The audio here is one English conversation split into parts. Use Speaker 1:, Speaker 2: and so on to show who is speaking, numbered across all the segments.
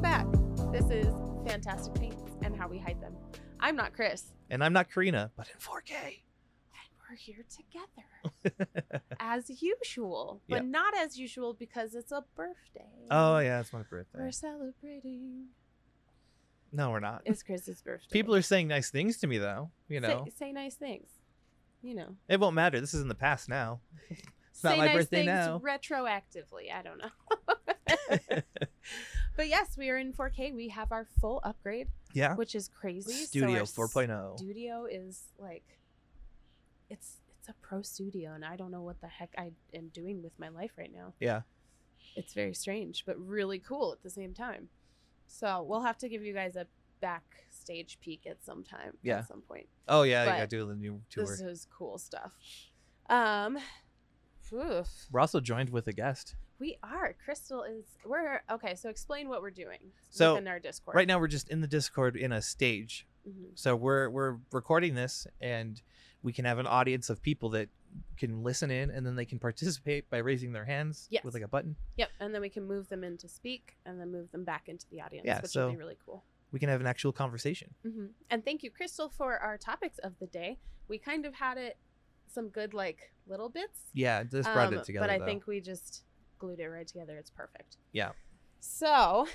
Speaker 1: back. This is Fantastic Paints and How We Hide Them. I'm not Chris,
Speaker 2: And I'm not Karina, but in 4K.
Speaker 1: and we're here together as usual, but
Speaker 2: Yep.
Speaker 1: not as usual because it's a birthday.
Speaker 2: Oh yeah, it's my birthday.
Speaker 1: We're celebrating.
Speaker 2: No, we're not.
Speaker 1: It's Chris's birthday.
Speaker 2: People are saying nice things to me though. You know,
Speaker 1: say, say nice things. You know,
Speaker 2: it won't matter. This is in the past now.
Speaker 1: it's
Speaker 2: not
Speaker 1: say
Speaker 2: my
Speaker 1: nice
Speaker 2: birthday
Speaker 1: things
Speaker 2: now.
Speaker 1: retroactively. I don't know. but yes, we are in 4K. We have our full upgrade,
Speaker 2: yeah.
Speaker 1: which is crazy. So
Speaker 2: Studio oh.
Speaker 1: our
Speaker 2: 4.0.
Speaker 1: studio is like it's it's a pro studio and i don't know what the heck i am doing with my life right now
Speaker 2: yeah.
Speaker 1: it's very strange but really cool at the same time so we'll have to give you guys a backstage peek at some time
Speaker 2: Yeah.
Speaker 1: at some point
Speaker 2: Oh yeah, you gotta
Speaker 1: But
Speaker 2: do the new tour.
Speaker 1: this is cool stuff um oof.
Speaker 2: We're also joined with a guest.
Speaker 1: we are crystal is we're okay so explain what we're doing
Speaker 2: So,
Speaker 1: within our discord
Speaker 2: Right now, we're just in the Discord in a stage.
Speaker 1: Mhm.
Speaker 2: So we're we're recording this, and we can have an audience of people that can listen in, and then they can participate by raising their hands
Speaker 1: Yes.
Speaker 2: with like a button.
Speaker 1: yep and then we can move them in to speak and then move them back into the audience
Speaker 2: Yeah,
Speaker 1: which
Speaker 2: so-
Speaker 1: would be really cool
Speaker 2: We can have an actual conversation.
Speaker 1: hmm And thank you, Crystal, for our topics of the day. We kind of had it some good like little bits.
Speaker 2: Yeah, this brought
Speaker 1: um,
Speaker 2: it together.
Speaker 1: But I
Speaker 2: though.
Speaker 1: think we just glued it right together. It's perfect.
Speaker 2: Yeah.
Speaker 1: So,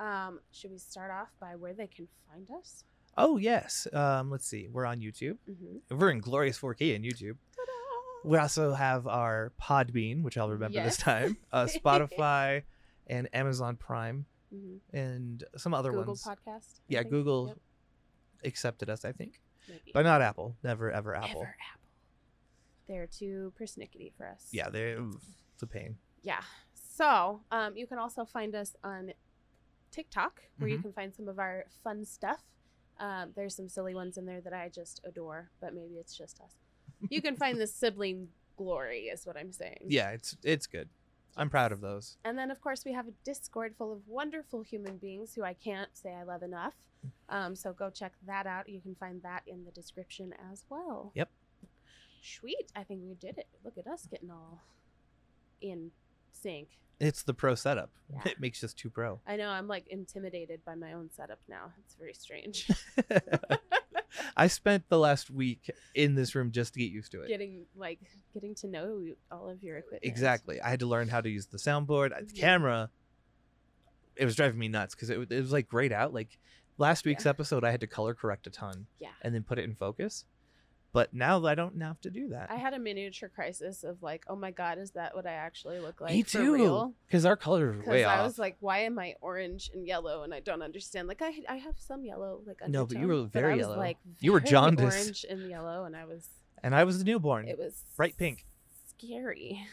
Speaker 1: um, should we start off by where they can find us?
Speaker 2: Oh yes. Um, let's see. We're on YouTube.
Speaker 1: Mm-hmm.
Speaker 2: We're in glorious 4K on YouTube.
Speaker 1: Ta-da!
Speaker 2: We also have our Podbean, which I'll remember
Speaker 1: Yes.
Speaker 2: this time. Uh, Spotify and Amazon Prime
Speaker 1: Mhm.
Speaker 2: and some other
Speaker 1: Google
Speaker 2: ones.
Speaker 1: Podcast. I
Speaker 2: yeah,
Speaker 1: think.
Speaker 2: Google
Speaker 1: Yep,
Speaker 2: accepted us, I think,
Speaker 1: maybe.
Speaker 2: but not Apple. Never ever
Speaker 1: Ever
Speaker 2: Apple.
Speaker 1: Apple. They're too persnickety for us.
Speaker 2: Yeah, they oof, it's a pain.
Speaker 1: yeah so um, you can also find us on tiktok where you
Speaker 2: Mhm.
Speaker 1: can find some of our fun stuff um, there's some silly ones in there that i just adore but maybe it's just us you can find the sibling glory is what i'm saying
Speaker 2: Yeah, it's it's good. I'm proud of those.
Speaker 1: and then of course we have a discord full of wonderful human beings who i can't say i love enough um, so go check that out you can find that in the description as well
Speaker 2: Yep.
Speaker 1: sweet i think we did it look at us getting all in sync
Speaker 2: It's the pro setup.
Speaker 1: Yeah.
Speaker 2: It makes us too pro.
Speaker 1: I know I'm like intimidated by my own setup now. It's very strange.
Speaker 2: I spent the last week in this room just to get used to it.
Speaker 1: getting like getting to know you- all of your equipment.
Speaker 2: Exactly. I had to learn how to use the soundboard, uh, the
Speaker 1: Mhm.
Speaker 2: camera. It was driving me nuts because it, wa- it was like grayed out. Like last week's
Speaker 1: Yeah.
Speaker 2: episode, I had to color correct a ton
Speaker 1: Yeah.
Speaker 2: and then put it in focus. But now I don't have to do that.
Speaker 1: I had a miniature crisis of like, oh my god, is that what I actually look like?
Speaker 2: me
Speaker 1: for real?
Speaker 2: too. Because our colors were
Speaker 1: Because
Speaker 2: way
Speaker 1: I
Speaker 2: off.
Speaker 1: was like, why am I orange and yellow? And I don't understand. Like, I I have some yellow. Like,
Speaker 2: No, but you
Speaker 1: undertone,
Speaker 2: were very
Speaker 1: I was,
Speaker 2: yellow.
Speaker 1: Like,
Speaker 2: You were
Speaker 1: very
Speaker 2: jaundiced.
Speaker 1: Orange and yellow, and I was.
Speaker 2: and I was the newborn.
Speaker 1: It was
Speaker 2: Bright pink.
Speaker 1: Scary.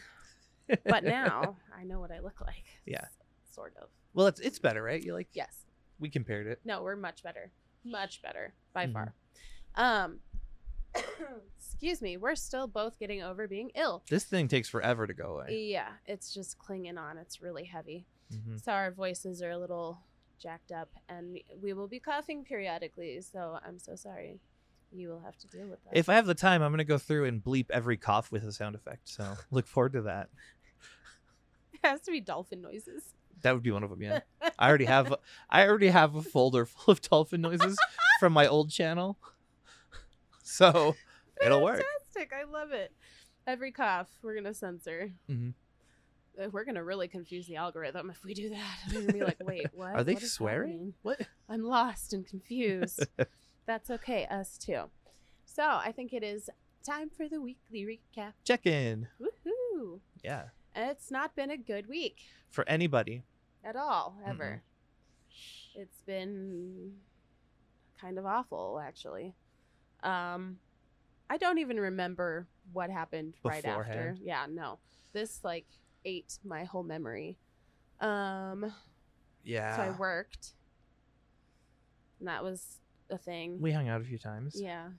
Speaker 1: But now I know what I look like.
Speaker 2: Yeah.
Speaker 1: Sort of.
Speaker 2: well, it's it's better, right? You like
Speaker 1: Yes.
Speaker 2: we compared it.
Speaker 1: No, we're much better. Much better by
Speaker 2: Mhm.
Speaker 1: far. Um excuse me, we're still both getting over being ill.
Speaker 2: This thing takes forever to go away.
Speaker 1: Yeah, it's just clinging on. It's really heavy.
Speaker 2: Mhm.
Speaker 1: So our voices are a little jacked up and we will be coughing periodically, so I'm so sorry. You will have to deal with that.
Speaker 2: If I have the time, I'm gonna go through and bleep every cough with a sound effect. So look forward to that.
Speaker 1: it has to be dolphin noises.
Speaker 2: That would be one of them. Yeah, I already have. I already have a folder full of dolphin noises from my old channel, so it'll work.
Speaker 1: Fantastic. I love it. Every cough, we're going to censor.
Speaker 2: Mhm.
Speaker 1: Uh, We're going to really confuse the algorithm if we do that. They're going to be like, wait, what?
Speaker 2: Are they
Speaker 1: What is
Speaker 2: swearing?
Speaker 1: happening?
Speaker 2: What?
Speaker 1: I'm lost and confused. That's okay. Us too. So I think it is time for the weekly recap.
Speaker 2: Check in.
Speaker 1: Woohoo.
Speaker 2: Yeah,
Speaker 1: It's not been a good week
Speaker 2: for anybody.
Speaker 1: at all, ever. It's been kind of awful, actually. Um, I don't even remember what happened right after.
Speaker 2: Beforehand?
Speaker 1: Yeah, no, this like ate my whole memory. Um,
Speaker 2: Yeah,
Speaker 1: so I worked, and that was a thing.
Speaker 2: we hung out a few times. Yeah,
Speaker 1: yeah,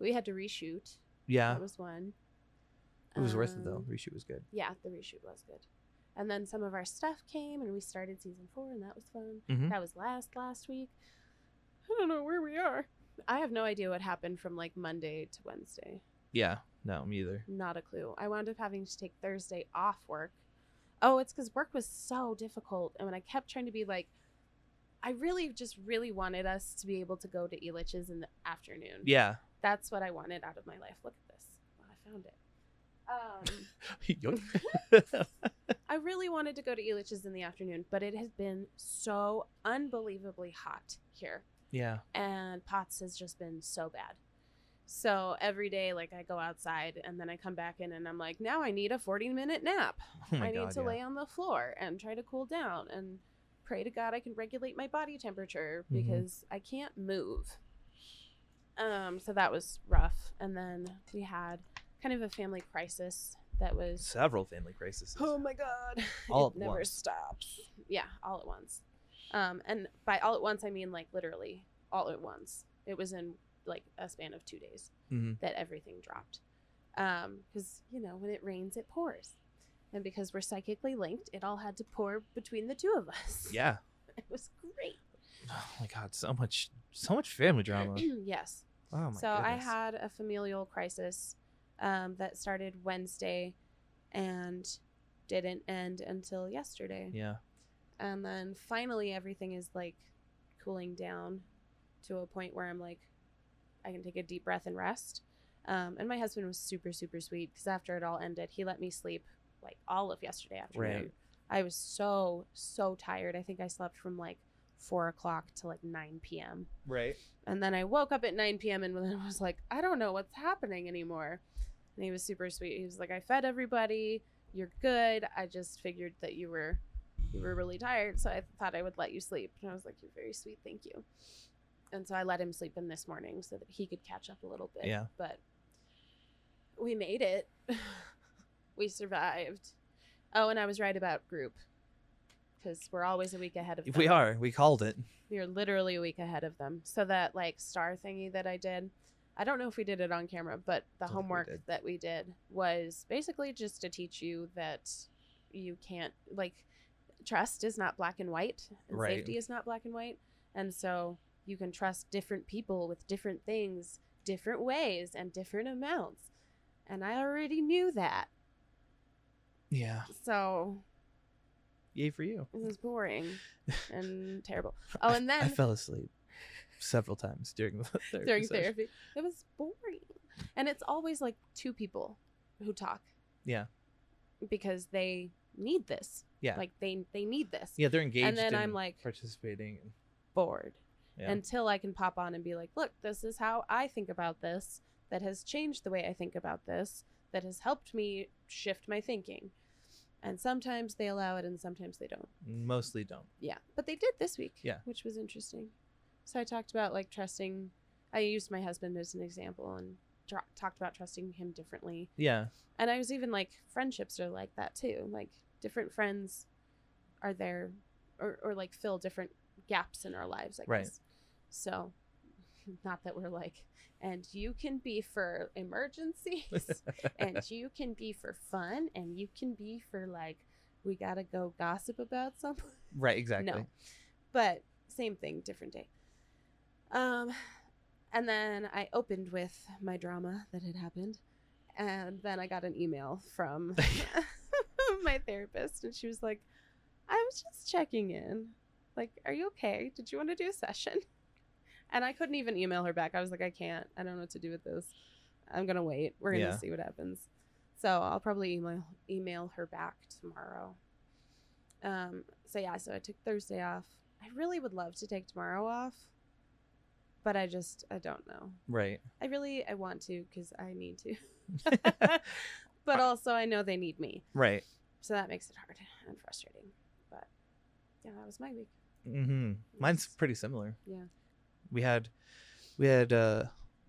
Speaker 1: we had to reshoot. That was one.
Speaker 2: it was worth it though.
Speaker 1: Um,
Speaker 2: Reshoot was good.
Speaker 1: Yeah, the reshoot was good. And then some of our stuff came, and we started season four, and that was fun.
Speaker 2: Mhm.
Speaker 1: That was last last week. I don't know where we are. I have no idea what happened from like Monday to Wednesday.
Speaker 2: Yeah, no, me either.
Speaker 1: Not a clue. I wound up having to take Thursday off work oh, it's because work was so difficult. And when I kept trying to be like, I really just really wanted us to be able to go to Elitch's in the afternoon.
Speaker 2: Yeah.
Speaker 1: That's what I wanted out of my life. Look at this. Well, I found it. Um,
Speaker 2: Yoink.
Speaker 1: I really wanted to go to Elitch's in the afternoon, but it has been so unbelievably hot here.
Speaker 2: yeah.
Speaker 1: and POTS has just been so bad. So every day, like I go outside and then I come back in and I'm like, now I need a 40 minute nap.
Speaker 2: Oh my
Speaker 1: I need
Speaker 2: god.
Speaker 1: to
Speaker 2: yeah.
Speaker 1: lay on the floor and try to cool down and pray to God I can regulate my body temperature
Speaker 2: Mhm.
Speaker 1: because I can't move. Um, so that was rough. And then we had kind of a family crisis that was
Speaker 2: Several family crises.
Speaker 1: Oh my god.
Speaker 2: All
Speaker 1: it
Speaker 2: at
Speaker 1: never
Speaker 2: once.
Speaker 1: stops. Yeah, all at once. Um and by all at once I mean like literally all at once. It was in like a span of 2 days
Speaker 2: Mhm.
Speaker 1: that everything dropped. Um cuz you know, when it rains it pours. And because we're psychically linked, it all had to pour between the two of us.
Speaker 2: Yeah.
Speaker 1: It was great.
Speaker 2: Oh my god, so much so much family drama. Oh
Speaker 1: yes.
Speaker 2: my
Speaker 1: so I
Speaker 2: goodness.
Speaker 1: had a familial crisis um, that started Wednesday and didn't end until yesterday.
Speaker 2: Yeah.
Speaker 1: And then finally, everything is like cooling down to a point where I'm like, I can take a deep breath and rest. Um, and my husband was super, super sweet because after it all ended, he let me sleep like all of yesterday afternoon.
Speaker 2: Right.
Speaker 1: I was so, so tired. I think I slept from like four o'clock to like 9 p.m.
Speaker 2: Right.
Speaker 1: And then I woke up at 9 p.m. and then was like, I don't know what's happening anymore. And he was super sweet. He was like, I fed everybody. You're good. I just figured that you were you were really tired, so I thought I would let you sleep. And I was like, You're very sweet. Thank you. And so I let him sleep in this morning so that he could catch up a little bit.
Speaker 2: Yeah.
Speaker 1: But we made it. we survived. Oh, and I was right about group because we're always a week ahead of.
Speaker 2: If we
Speaker 1: them.
Speaker 2: are, we called it.
Speaker 1: We were literally a week ahead of them. So that like star thingy that I did, I don't know if we did it on camera, but the
Speaker 2: Don't think we
Speaker 1: homework
Speaker 2: did.
Speaker 1: that we did was basically just to teach you that you can't like trust is not black and white, and
Speaker 2: Right.
Speaker 1: safety is not black and white, and so you can trust different people with different things, different ways, and different amounts. And I already knew that,
Speaker 2: Yeah.
Speaker 1: so
Speaker 2: Yay for you.
Speaker 1: it was boring and terrible. Oh, and
Speaker 2: I
Speaker 1: then
Speaker 2: fell asleep several times during the therapy
Speaker 1: during
Speaker 2: session.
Speaker 1: therapy. It was boring. And it's always like two people who talk.
Speaker 2: Yeah.
Speaker 1: Because they need this.
Speaker 2: Yeah.
Speaker 1: Like they they need this.
Speaker 2: Yeah, they're engaged.
Speaker 1: then I'm
Speaker 2: in
Speaker 1: like-
Speaker 2: participating. and-
Speaker 1: Bored.
Speaker 2: Yeah.
Speaker 1: Until I can pop on and be like, look, this is how I think about this. That has changed the way I think about this. That has helped me shift my thinking. And sometimes they allow it and sometimes they don't.
Speaker 2: Mostly don't.
Speaker 1: Yeah, but they did this week.
Speaker 2: Yeah.
Speaker 1: which was interesting. So I talked about like trusting. I used my husband as an example and tra- talked about trusting him differently.
Speaker 2: Yeah.
Speaker 1: And I was even like friendships are like that too. Like different friends are there, or or like fill different gaps in our lives. I guess.
Speaker 2: Right.
Speaker 1: So, not that we're like, and you can be for emergencies and you can be for fun and you can be for like we gotta go gossip about something
Speaker 2: Right, exactly.
Speaker 1: no but same thing different day um and then i opened with my drama that had happened and then i got an email from my therapist and she was like i was just checking in like are you okay did you want to do a session and i couldn't even email her back i was like i can't i don't know what to do with this i'm gonna wait we're gonna
Speaker 2: Yeah.
Speaker 1: see what happens so i'll probably email email her back tomorrow um, so yeah, so I took Thursday off. I really would love to take tomorrow off, but I just I don't know.
Speaker 2: Right.
Speaker 1: I really I want to because I need to, but also I know they need me,
Speaker 2: Right.
Speaker 1: so that makes it hard and frustrating. But yeah, that was my week.
Speaker 2: hmm Mine's pretty similar.
Speaker 1: Yeah.
Speaker 2: We had we had uh,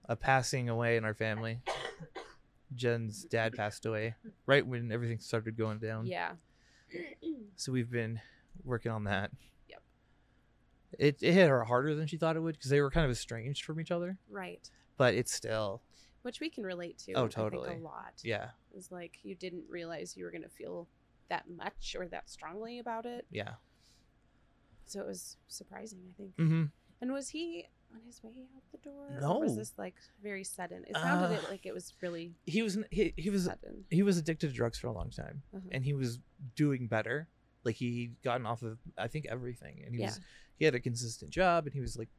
Speaker 2: a passing away in our family. Jen's dad passed away right when everything started going down.
Speaker 1: Yeah,
Speaker 2: So we've been working on that.
Speaker 1: Yep.
Speaker 2: It, it hit her harder than she thought it would because they were kind of estranged from each other,
Speaker 1: right.
Speaker 2: but it's still,
Speaker 1: Which we can relate to.
Speaker 2: Oh,
Speaker 1: I think,
Speaker 2: totally.
Speaker 1: a lot.
Speaker 2: yeah,
Speaker 1: It's like you didn't realize you were gonna feel that much or that strongly about it,
Speaker 2: yeah.
Speaker 1: so it was surprising. I think.
Speaker 2: hmm
Speaker 1: And was he? on his way out the door? Or
Speaker 2: No.
Speaker 1: was this like very sudden? It sounded
Speaker 2: Uh,
Speaker 1: it like it was really
Speaker 2: He was n- he, he was
Speaker 1: sudden.
Speaker 2: he was addicted to drugs for a long time,
Speaker 1: Uh-huh.
Speaker 2: and he was doing better. Like he gotten off of I think everything, and he
Speaker 1: Yeah.
Speaker 2: was he had a consistent job, and he was like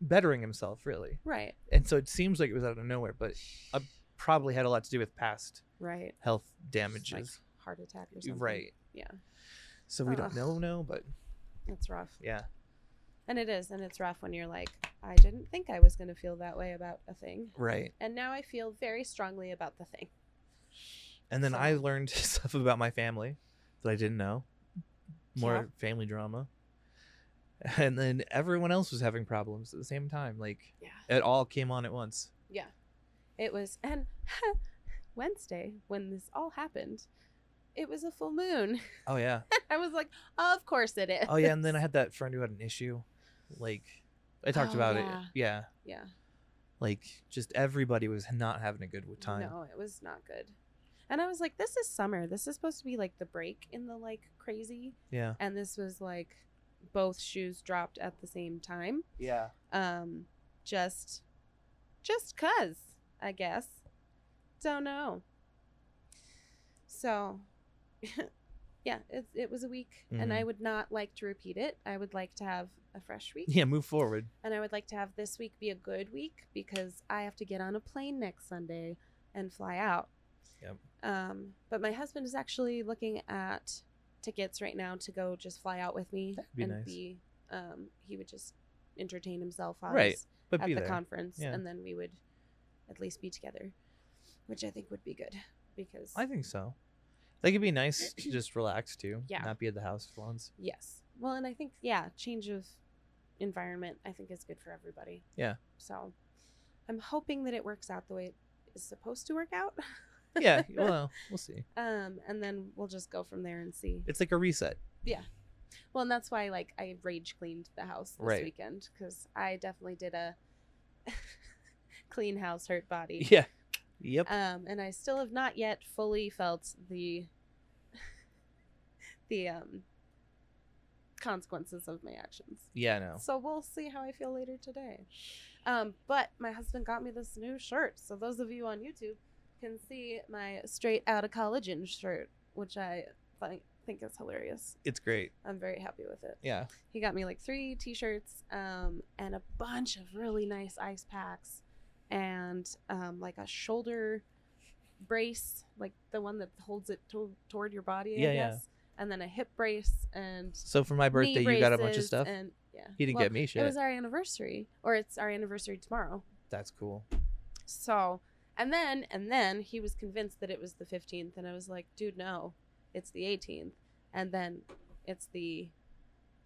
Speaker 2: bettering himself really.
Speaker 1: Right.
Speaker 2: And so it seems like it was out of nowhere, but uh, probably had a lot to do with past
Speaker 1: Right.
Speaker 2: health
Speaker 1: Just, like,
Speaker 2: damages.
Speaker 1: heart attack or something.
Speaker 2: right.
Speaker 1: Yeah.
Speaker 2: So we don't
Speaker 1: Ugh.
Speaker 2: know, no, but
Speaker 1: It's rough.
Speaker 2: yeah,
Speaker 1: And it is, and it's rough when you're like, I didn't think I was gonna feel that way about a thing.
Speaker 2: right.
Speaker 1: And now I feel very strongly about the thing.
Speaker 2: And then I
Speaker 1: So-
Speaker 2: learned stuff about my family that I didn't know. More
Speaker 1: Yeah.
Speaker 2: family drama. And then everyone else was having problems at the same time. Like
Speaker 1: Yeah.
Speaker 2: it all came on at once.
Speaker 1: Yeah. It was and Wednesday when this all happened, it was a full moon.
Speaker 2: Oh yeah.
Speaker 1: I was like, Of course it is.
Speaker 2: Oh yeah, and then I had that friend who had an issue. Like I talked
Speaker 1: Oh,
Speaker 2: about it.
Speaker 1: yeah.
Speaker 2: Yeah.
Speaker 1: Yeah.
Speaker 2: Like just everybody was not having a good w- time.
Speaker 1: No, it was not good. And I was like, this is summer. This is supposed to be like the break in the like crazy.
Speaker 2: Yeah.
Speaker 1: And this was like both shoes dropped at the same time.
Speaker 2: Yeah.
Speaker 1: Um just just cuz, I guess. Don't know. So yeah, it it was a week and
Speaker 2: Mm-hmm.
Speaker 1: I would not like to repeat it. I would like to have a fresh week.
Speaker 2: Yeah, move forward.
Speaker 1: And I would like to have this week be a good week because I have to get on a plane next Sunday and fly out.
Speaker 2: Yep.
Speaker 1: Um, but my husband is actually looking at tickets right now to go just fly out with me
Speaker 2: That'd be
Speaker 1: and
Speaker 2: nice.
Speaker 1: be um he would just entertain himself while
Speaker 2: Right,
Speaker 1: he's
Speaker 2: But
Speaker 1: at
Speaker 2: be
Speaker 1: the
Speaker 2: there.
Speaker 1: conference
Speaker 2: Yeah.
Speaker 1: and then we would at least be together, which I think would be good because
Speaker 2: I think so. That could be nice to just relax too.
Speaker 1: Yeah.
Speaker 2: Not be at the house for once.
Speaker 1: Yes. Well, and I think yeah, change of environment I think is good for everybody.
Speaker 2: Yeah.
Speaker 1: So I'm hoping that it works out the way it is supposed to work out.
Speaker 2: Yeah. Well, we'll see.
Speaker 1: Um and then we'll just go from there and see.
Speaker 2: It's like a reset.
Speaker 1: Well, and that's why like I rage cleaned the house this
Speaker 2: Right.
Speaker 1: weekend cuz I definitely did a clean house hurt body.
Speaker 2: Yeah. Yep.
Speaker 1: Um and I still have not yet fully felt the the um consequences of my actions.
Speaker 2: yeah, no.
Speaker 1: So we'll see how I feel later today. Um, but my husband got me this new shirt. So those of you on YouTube can see my straight out of college in shirt, which I thi- think is hilarious.
Speaker 2: It's great.
Speaker 1: I'm very happy with it.
Speaker 2: Yeah.
Speaker 1: He got me like three t shirts um, and a bunch of really nice ice packs and um, like a shoulder brace, like the one that holds it to- toward your body,
Speaker 2: Yeah,
Speaker 1: I
Speaker 2: yeah.
Speaker 1: guess. And then a hip brace and
Speaker 2: So for my birthday,
Speaker 1: knee
Speaker 2: you got a bunch of
Speaker 1: braces
Speaker 2: stuff.
Speaker 1: And yeah,
Speaker 2: he didn't
Speaker 1: Well,
Speaker 2: get me
Speaker 1: it
Speaker 2: shit.
Speaker 1: was our anniversary, or it's our anniversary tomorrow.
Speaker 2: That's cool.
Speaker 1: So, and then and then he was convinced that it was the 15th, and I was like, dude, no, it's the 18th, and then it's the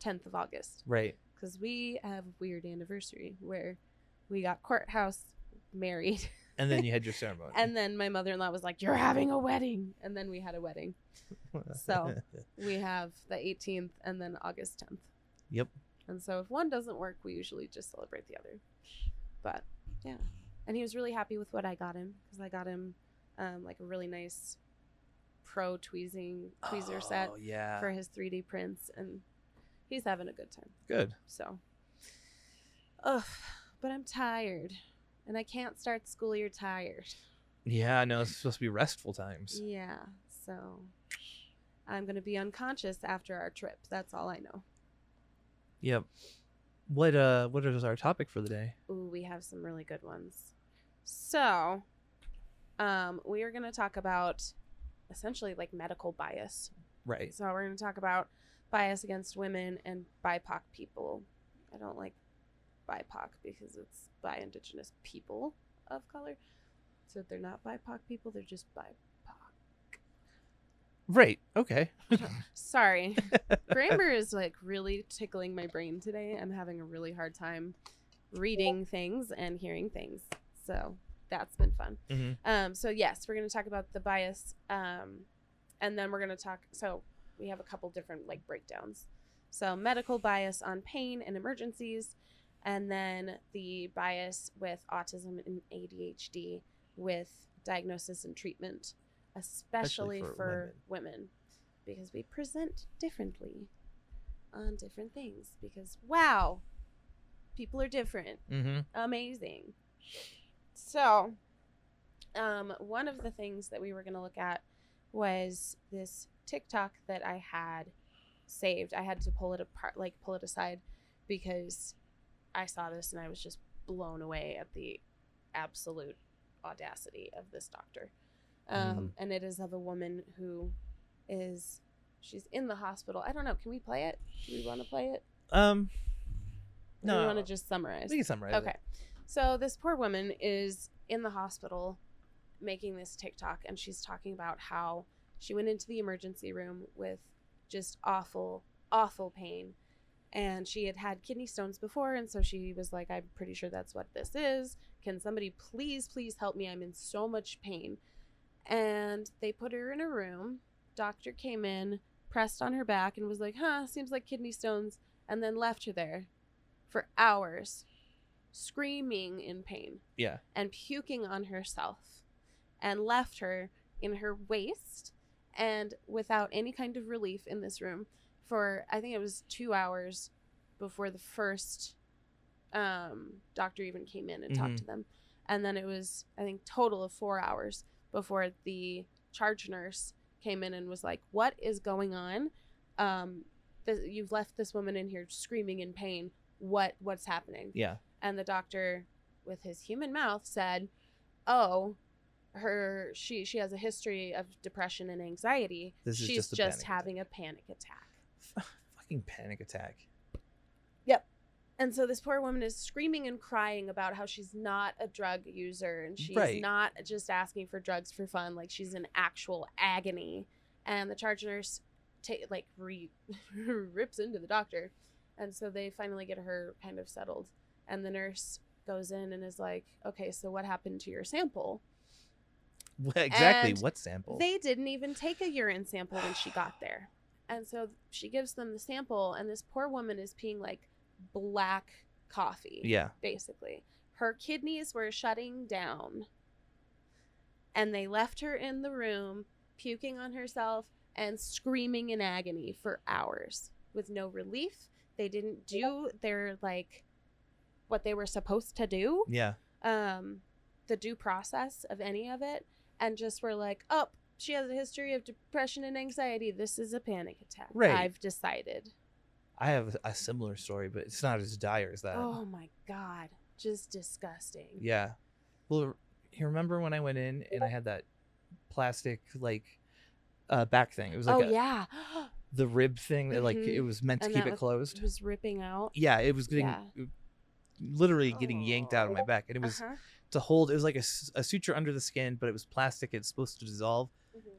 Speaker 1: 10th of August
Speaker 2: Right.
Speaker 1: because we have a weird anniversary where we got courthouse married,
Speaker 2: And then you had your ceremony.
Speaker 1: and then my mother-in-law was like, you're having a wedding, and then we had a wedding. so. We have the 18th and then August 10th.
Speaker 2: Yep.
Speaker 1: And so if one doesn't work, we usually just celebrate the other. But yeah. And he was really happy with what I got him because I got him um, like a really nice pro tweezing tweezer set
Speaker 2: Oh, yeah.
Speaker 1: for his 3D prints and he's having a good time.
Speaker 2: Good.
Speaker 1: So Ugh, but I'm tired. And I can't start school year tired.
Speaker 2: Yeah, I know. It's supposed to be restful times.
Speaker 1: Yeah. So I'm gonna be unconscious after our trip. That's all I know.
Speaker 2: Yep. What uh what is our topic for the day?
Speaker 1: Ooh, we have some really good ones. So, um, we are going to talk about essentially like medical bias.
Speaker 2: Right.
Speaker 1: So, we're going to talk about bias against women and BIPOC people. I don't like BIPOC because it's by Indigenous people of color. So, they're not BIPOC people, they're just BIPOC.
Speaker 2: Right. Okay.
Speaker 1: Sorry. Grammar is like really tickling my brain today. I'm having a really hard time reading things and hearing things. So that's been fun.
Speaker 2: Mhm.
Speaker 1: Um, so yes, we're going to talk about the bias, um, and then we're going to talk. So we have a couple different like breakdowns. So medical bias on pain and emergencies, and then the bias with autism and ADHD with diagnosis and treatment, especially,
Speaker 2: for
Speaker 1: for, women. because we present differently on different things. Because wow, People are different.
Speaker 2: Mm-hmm.
Speaker 1: Amazing. So, um, one of the things that we were going to look at was this TikTok that I had saved. I had to pull it apart, like pull it aside, because I saw this and I was just blown away at the absolute audacity of this doctor. Um,
Speaker 2: Mhm.
Speaker 1: And it is of a woman who is she's in the hospital. I don't know. Can we play it? Do we want to play it?
Speaker 2: Um.
Speaker 1: Or do we
Speaker 2: No.
Speaker 1: want to just summarize?
Speaker 2: we can summarize.
Speaker 1: Okay. So this poor woman is in the hospital making this TikTok and she's talking about how she went into the emergency room with just awful, awful pain. And she had had kidney stones before. And so she was like, I'm pretty sure that's what this is. Can somebody please, please help me? I'm in so much pain. And they put her in a room. Doctor came in, pressed on her back, and was like, huh, seems like kidney stones. And then left her there for hours screaming in pain
Speaker 2: Yeah.
Speaker 1: and puking on herself and left her in her waist and without any kind of relief in this room for I think it was 2 hours before the first um doctor even came in and talked
Speaker 2: Mhm.
Speaker 1: to them and then it was I think total of 4 hours before the charge nurse came in and was like what is going on um th- you've left this woman in here screaming in pain what what's happening
Speaker 2: Yeah.
Speaker 1: and the doctor with his human mouth said oh her she she has a history of depression and anxiety
Speaker 2: This is
Speaker 1: she's
Speaker 2: just
Speaker 1: just,
Speaker 2: a panic
Speaker 1: having a panic attack
Speaker 2: F- fucking panic attack.
Speaker 1: and so this poor woman is screaming and crying about how she's not a drug user and she's
Speaker 2: Right.
Speaker 1: not just asking for drugs for fun like she's in actual agony and the charge nurse ta- like re- rips into the doctor and so they finally get her kind of settled and the nurse goes in and is like okay so what happened to your sample
Speaker 2: Well, exactly.
Speaker 1: And
Speaker 2: what sample?
Speaker 1: They didn't even take a urine sample when she got there. And so she gives them the sample, and this poor woman is peeing like black coffee,
Speaker 2: yeah.
Speaker 1: basically. Her kidneys were shutting down. And they left her in the room, puking on herself and screaming in agony for hours with no relief. They didn't do their, like, what they were supposed to do
Speaker 2: Yeah.
Speaker 1: um, the due process of any of it and just were like, oh, she has a history of depression and anxiety. This is a panic attack.
Speaker 2: Right.
Speaker 1: I've decided.
Speaker 2: I have a similar story, but it's not as dire as that.
Speaker 1: oh my God. Just disgusting.
Speaker 2: Uh. Yeah. Well, you remember when I went in and I had that plastic like uh, back thing? It was like
Speaker 1: oh,
Speaker 2: a,
Speaker 1: yeah.
Speaker 2: the rib thing that like
Speaker 1: Mhm.
Speaker 2: it was meant to
Speaker 1: And
Speaker 2: keep
Speaker 1: that
Speaker 2: it closed.
Speaker 1: it was ripping out.
Speaker 2: Yeah, it was getting
Speaker 1: Yeah.
Speaker 2: it- literally getting yanked out of my
Speaker 1: Oh.
Speaker 2: back, and it was
Speaker 1: Uh-huh.
Speaker 2: to hold. It was like a, s- a suture under the skin, but it was plastic. It's supposed to dissolve.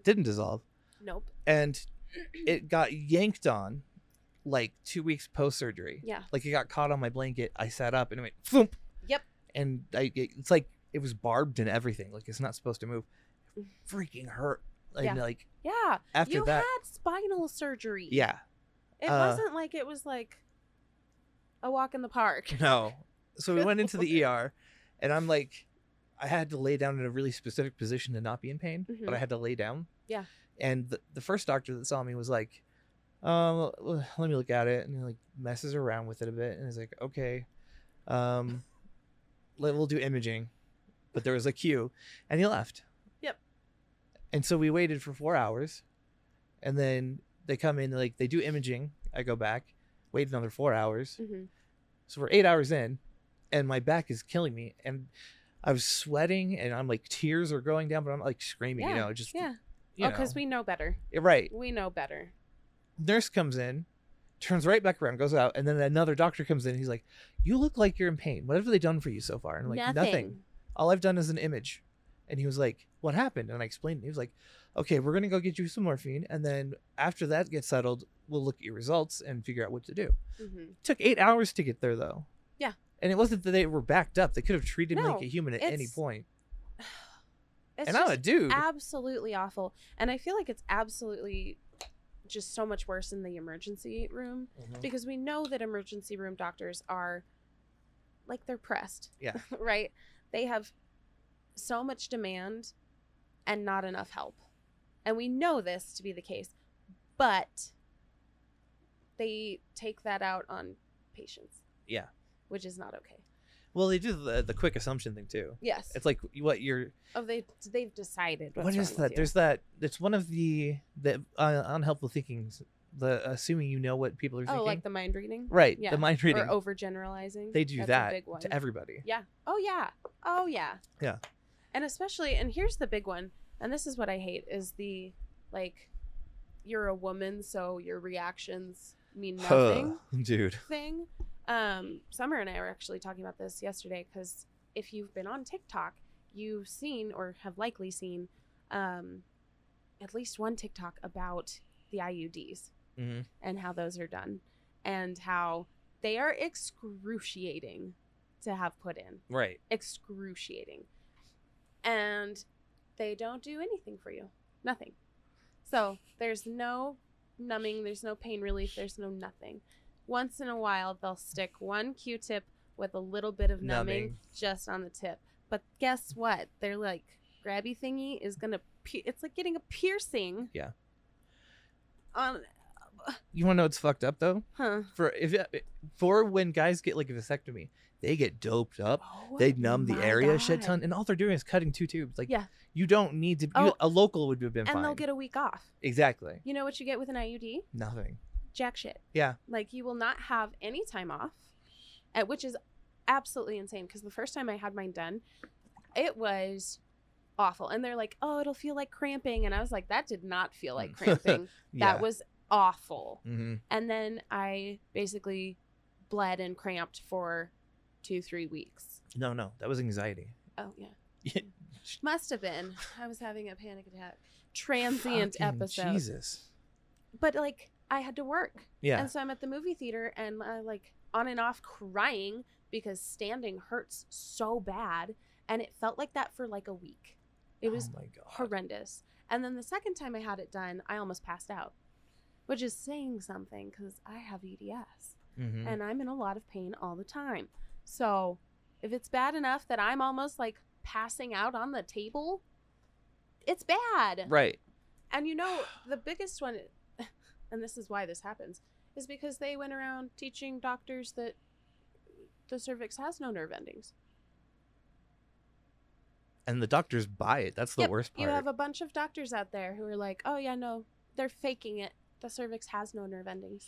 Speaker 2: Didn't dissolve,
Speaker 1: Mm-hmm. Nope.
Speaker 2: and it got yanked on like two weeks post surgery.
Speaker 1: Yeah.
Speaker 2: Like it got caught on my blanket. I sat up and it went thump.
Speaker 1: Yep.
Speaker 2: and I, it- it's like it was barbed and everything. Like it's not supposed to move. It freaking hurt. And
Speaker 1: Mm. Yeah.
Speaker 2: like
Speaker 1: Yeah.
Speaker 2: after
Speaker 1: you
Speaker 2: that,
Speaker 1: had spinal surgery.
Speaker 2: yeah,
Speaker 1: It
Speaker 2: uh,
Speaker 1: wasn't like it was like a walk in the park.
Speaker 2: no. So we went into the ER, and I'm like, I had to lay down in a really specific position to not be in pain, but I
Speaker 1: Mhm.
Speaker 2: had to lay down.
Speaker 1: Yeah.
Speaker 2: And the, the first doctor that saw me was like, um, l- let me look at it, and he like messes around with it a bit, and he's like, okay, um, let, we'll do imaging, but there was a queue, and he left.
Speaker 1: Yep.
Speaker 2: And so we waited for four hours, and then they come in, like they do imaging. I go back, wait another four hours,
Speaker 1: Mhm.
Speaker 2: so we're eight hours in, and my back is killing me, and I was sweating, and I'm like tears are going down, but I'm like screaming, you
Speaker 1: Yeah,
Speaker 2: know, just
Speaker 1: Yeah.
Speaker 2: you
Speaker 1: oh, because
Speaker 2: know.
Speaker 1: we know better.
Speaker 2: Yeah, right.
Speaker 1: We know better.
Speaker 2: Nurse comes in, turns right back around, goes out, and then another doctor comes in. He's like, "You look like you're in pain. What have they done for you so far?" And I'm like, "Nothing. All I've done is an image." And he was like, "What happened?" And I explained. It. He was like, "Okay, we're gonna go get you some morphine, and then after that gets settled, we'll look at your results and figure out what to do."
Speaker 1: Mhm.
Speaker 2: took eight hours to get there though.
Speaker 1: Yeah.
Speaker 2: And it wasn't that they were backed up. They could have treated me like
Speaker 1: No,
Speaker 2: a human at any
Speaker 1: it's-
Speaker 2: point.
Speaker 1: It's
Speaker 2: and I'm a
Speaker 1: just
Speaker 2: dude.
Speaker 1: absolutely awful. And I feel like it's absolutely just so much worse in the emergency room
Speaker 2: Mhm.
Speaker 1: because we know that emergency room doctors are like they're pressed.
Speaker 2: Yeah.
Speaker 1: right? They have so much demand and not enough help. And we know this to be the case. But they take that out on patients.
Speaker 2: Yeah.
Speaker 1: which is not okay.
Speaker 2: Well, they do the, the quick assumption thing too.
Speaker 1: Yes.
Speaker 2: It's like what you're.
Speaker 1: oh, they they've decided. What's
Speaker 2: What's
Speaker 1: wrong with
Speaker 2: that?
Speaker 1: you.
Speaker 2: There's that. It's one of the the uh, unhelpful thinkings. The assuming you know what people are
Speaker 1: oh,
Speaker 2: thinking.
Speaker 1: like the mind reading
Speaker 2: right.
Speaker 1: yeah,
Speaker 2: The mind reading.
Speaker 1: or overgeneralizing.
Speaker 2: they do
Speaker 1: That's a
Speaker 2: that
Speaker 1: big one.
Speaker 2: to everybody.
Speaker 1: Yeah. Oh yeah. Oh yeah.
Speaker 2: Yeah.
Speaker 1: And especially and here's the big one, and this is what I hate is the like you're a woman, so your reactions mean nothing
Speaker 2: dude.
Speaker 1: thing. Um, Summer and I were actually talking about this yesterday because if you've been on TikTok, you've seen or have likely seen um, at least one TikTok about the IUDs
Speaker 2: hmm
Speaker 1: and how those are done and how they are excruciating to have put in
Speaker 2: Right.
Speaker 1: excruciating. And they don't do anything for you. Nothing. So there's no numbing, there's no pain relief, there's no nothing. Once in a while, they'll stick one Q tip with a little bit of numbing,
Speaker 2: Numbing.
Speaker 1: just on the tip. But guess what? They're like, grabby thingy is going to, pi- it's like getting a piercing.
Speaker 2: Yeah.
Speaker 1: On,
Speaker 2: You want to know what's fucked up though?
Speaker 1: huh.
Speaker 2: For if for when guys get like a vasectomy, they get doped up. they numb
Speaker 1: Oh
Speaker 2: the area a shit ton, and all they're doing is cutting two tubes. Like,
Speaker 1: Yeah.
Speaker 2: you don't need to. You,
Speaker 1: Oh.
Speaker 2: a local would have been
Speaker 1: And
Speaker 2: fine.
Speaker 1: they'll get a week off.
Speaker 2: exactly
Speaker 1: You know what you get with an IUD?
Speaker 2: nothing.
Speaker 1: jack shit.
Speaker 2: Yeah.
Speaker 1: Like you will not have any time off, at, which is absolutely insane. Because the first time I had mine done, it was awful. And they're like, "Oh, it'll feel like cramping," and I was like, "That did not feel like cramping.
Speaker 2: Mm. yeah.
Speaker 1: That was awful."
Speaker 2: hmm
Speaker 1: And then I basically bled and cramped for two, three weeks.
Speaker 2: No, no, that was anxiety.
Speaker 1: Oh yeah, must have been. I was having a panic attack. Transient
Speaker 2: Fucking
Speaker 1: episode,
Speaker 2: Jesus.
Speaker 1: but like I had to work.
Speaker 2: Yeah.
Speaker 1: And so I'm at the movie theater and uh, like on and off crying because standing hurts so bad. And it felt like that for like a week. It was
Speaker 2: Oh my god.
Speaker 1: horrendous. And then the second time I had it done, I almost passed out, which is saying something because I have EDS
Speaker 2: Mhm.
Speaker 1: and I'm in a lot of pain all the time. So if it's bad enough that I'm almost like passing out on the table, it's bad.
Speaker 2: Right.
Speaker 1: And you know, the biggest one, and this is why this happens, is because they went around teaching doctors that the cervix has no nerve endings.
Speaker 2: And the doctors buy it. That's the
Speaker 1: Yep,
Speaker 2: worst part.
Speaker 1: You have a bunch of doctors out there who are like, oh, yeah, no, they're faking it. The cervix has no nerve endings.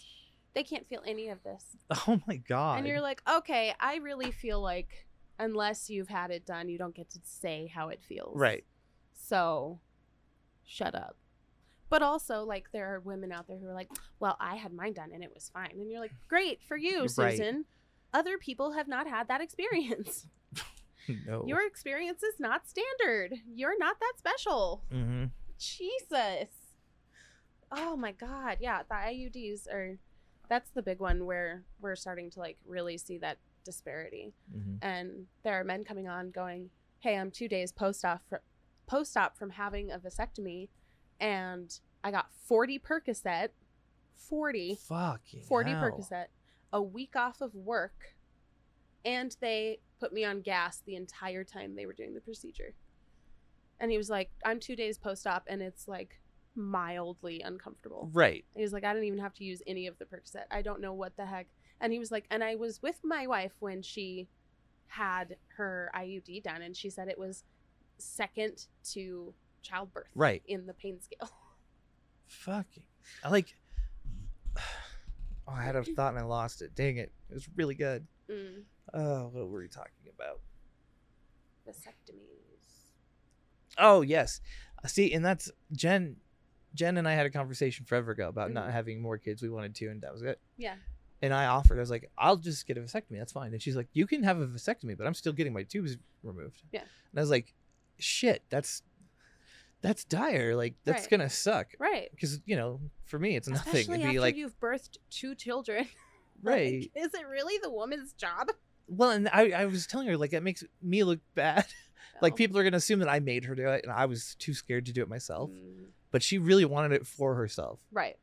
Speaker 1: They can't feel any of this.
Speaker 2: oh my god.
Speaker 1: And you're like, okay, I really feel like unless you've had it done, you don't get to say how it feels.
Speaker 2: Right.
Speaker 1: So shut up. But also, like, there are women out there who are like, well, I had mine done and it was fine. And you're like, great for you,
Speaker 2: Right.
Speaker 1: Susan. Other people have not had that experience.
Speaker 2: no.
Speaker 1: Your experience is not standard. You're not that special.
Speaker 2: Mhm.
Speaker 1: Jesus. Oh my God. Yeah, the IUDs are, that's the big one where we're starting to like really see that disparity
Speaker 2: Mhm.
Speaker 1: and there are men coming on going, "Hey, I'm two days post off fr- post op from having a vasectomy, and I got 40 Percocet, 40,
Speaker 2: Fucking
Speaker 1: 40
Speaker 2: hell.
Speaker 1: Percocet, a week off of work, and they put me on gas the entire time they were doing the procedure." And he was like, "I'm two days post op, and it's like mildly uncomfortable."
Speaker 2: Right.
Speaker 1: He was like, I didn't even have to use any of the Percocet. I don't know what the heck. And he was like, and I was with my wife when she had her IUD done, and she said it was second to childbirth.
Speaker 2: Right.
Speaker 1: In the pain scale.
Speaker 2: Fucking. I like. Oh, I had a thought and I lost it. Dang it. It was really good.
Speaker 1: Mm.
Speaker 2: Oh, what were we talking about?
Speaker 1: Vasectomies.
Speaker 2: Oh yes. Uh, See, and that's Jen. Jen and I had a conversation forever ago about not
Speaker 1: Mhm.
Speaker 2: having more kids. We wanted to, and that was it.
Speaker 1: Yeah.
Speaker 2: And I offered. I was like, "I'll just get a vasectomy. That's fine." And she's like, "You can have a vasectomy, but I'm still getting my tubes removed."
Speaker 1: Yeah.
Speaker 2: And I was like, "Shit, that's that's dire. Like that's
Speaker 1: Right.
Speaker 2: gonna suck."
Speaker 1: Right.
Speaker 2: Because you know, for me, it's nothing.
Speaker 1: Especially
Speaker 2: It'd be
Speaker 1: after
Speaker 2: like
Speaker 1: you've birthed two children. Like,
Speaker 2: right.
Speaker 1: is it really the woman's job?
Speaker 2: well, and I, I was telling her like that makes me look bad. like
Speaker 1: Oh.
Speaker 2: people are gonna assume that I made her do it, and I was too scared to do it myself.
Speaker 1: Mm,
Speaker 2: But she really wanted it for herself.
Speaker 1: right.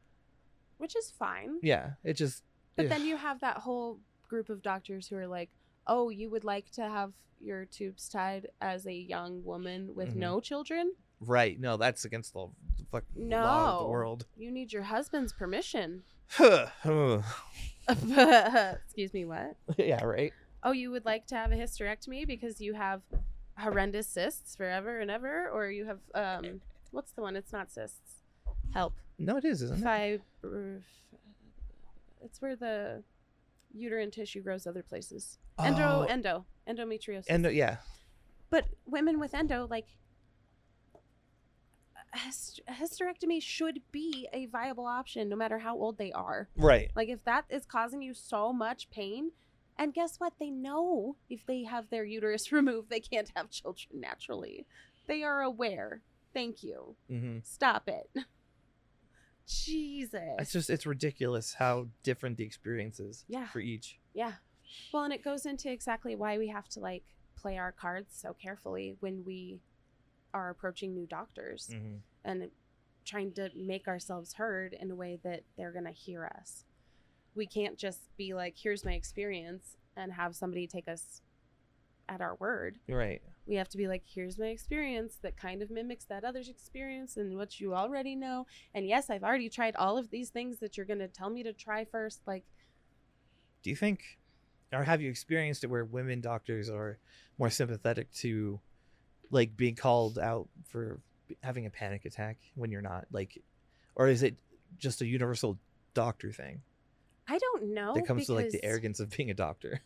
Speaker 1: Which is fine.
Speaker 2: Yeah, it just. eh.
Speaker 1: But
Speaker 2: ugh.
Speaker 1: then you have that whole group of doctors who are like, "Oh, you would like to have your tubes tied as a young woman with
Speaker 2: Mhm.
Speaker 1: no children?
Speaker 2: Right? No, that's against the the fuck law of the
Speaker 1: No.
Speaker 2: world.
Speaker 1: You need your husband's permission."
Speaker 2: Huh, huh.
Speaker 1: Excuse me, what?
Speaker 2: yeah, right.
Speaker 1: oh, you would like to have a hysterectomy because you have horrendous cysts forever and ever, or you have um, what's the one? It's not cysts. Help.
Speaker 2: No, it is, isn't it?
Speaker 1: Fibr. It's where the uterine tissue grows other places. Endo,
Speaker 2: Oh.
Speaker 1: endo, endometriosis.
Speaker 2: And uh, yeah,
Speaker 1: but women with endo, like a hyst- a hysterectomy, should be a viable option no matter how old they are.
Speaker 2: right.
Speaker 1: Like if that is causing you so much pain, and guess what? They know if they have their uterus removed, they can't have children naturally. They are aware. Thank you.
Speaker 2: Mm-hmm.
Speaker 1: Stop it. Jesus.
Speaker 2: It's just it's ridiculous how different the experience is
Speaker 1: Yeah.
Speaker 2: for each.
Speaker 1: Yeah. Well, and it goes into exactly why we have to like play our cards so carefully when we are approaching new doctors
Speaker 2: Mm-hmm.
Speaker 1: and trying to make ourselves heard in a way that they're going to hear us. We can't just be like, here's my experience and have somebody take us at our word.
Speaker 2: Right.
Speaker 1: We have to be like, here's my experience that kind of mimics that other's experience and what you already know. And yes, I've already tried all of these things that you're going to tell me to try first. Like,
Speaker 2: Do you think, or have you experienced it where women doctors are more sympathetic to, like, being called out for b- having a panic attack when you're not, like, or is it just a universal doctor thing
Speaker 1: I don't know.
Speaker 2: that comes to like
Speaker 1: Oh,
Speaker 2: the
Speaker 1: because-
Speaker 2: arrogance of being a doctor?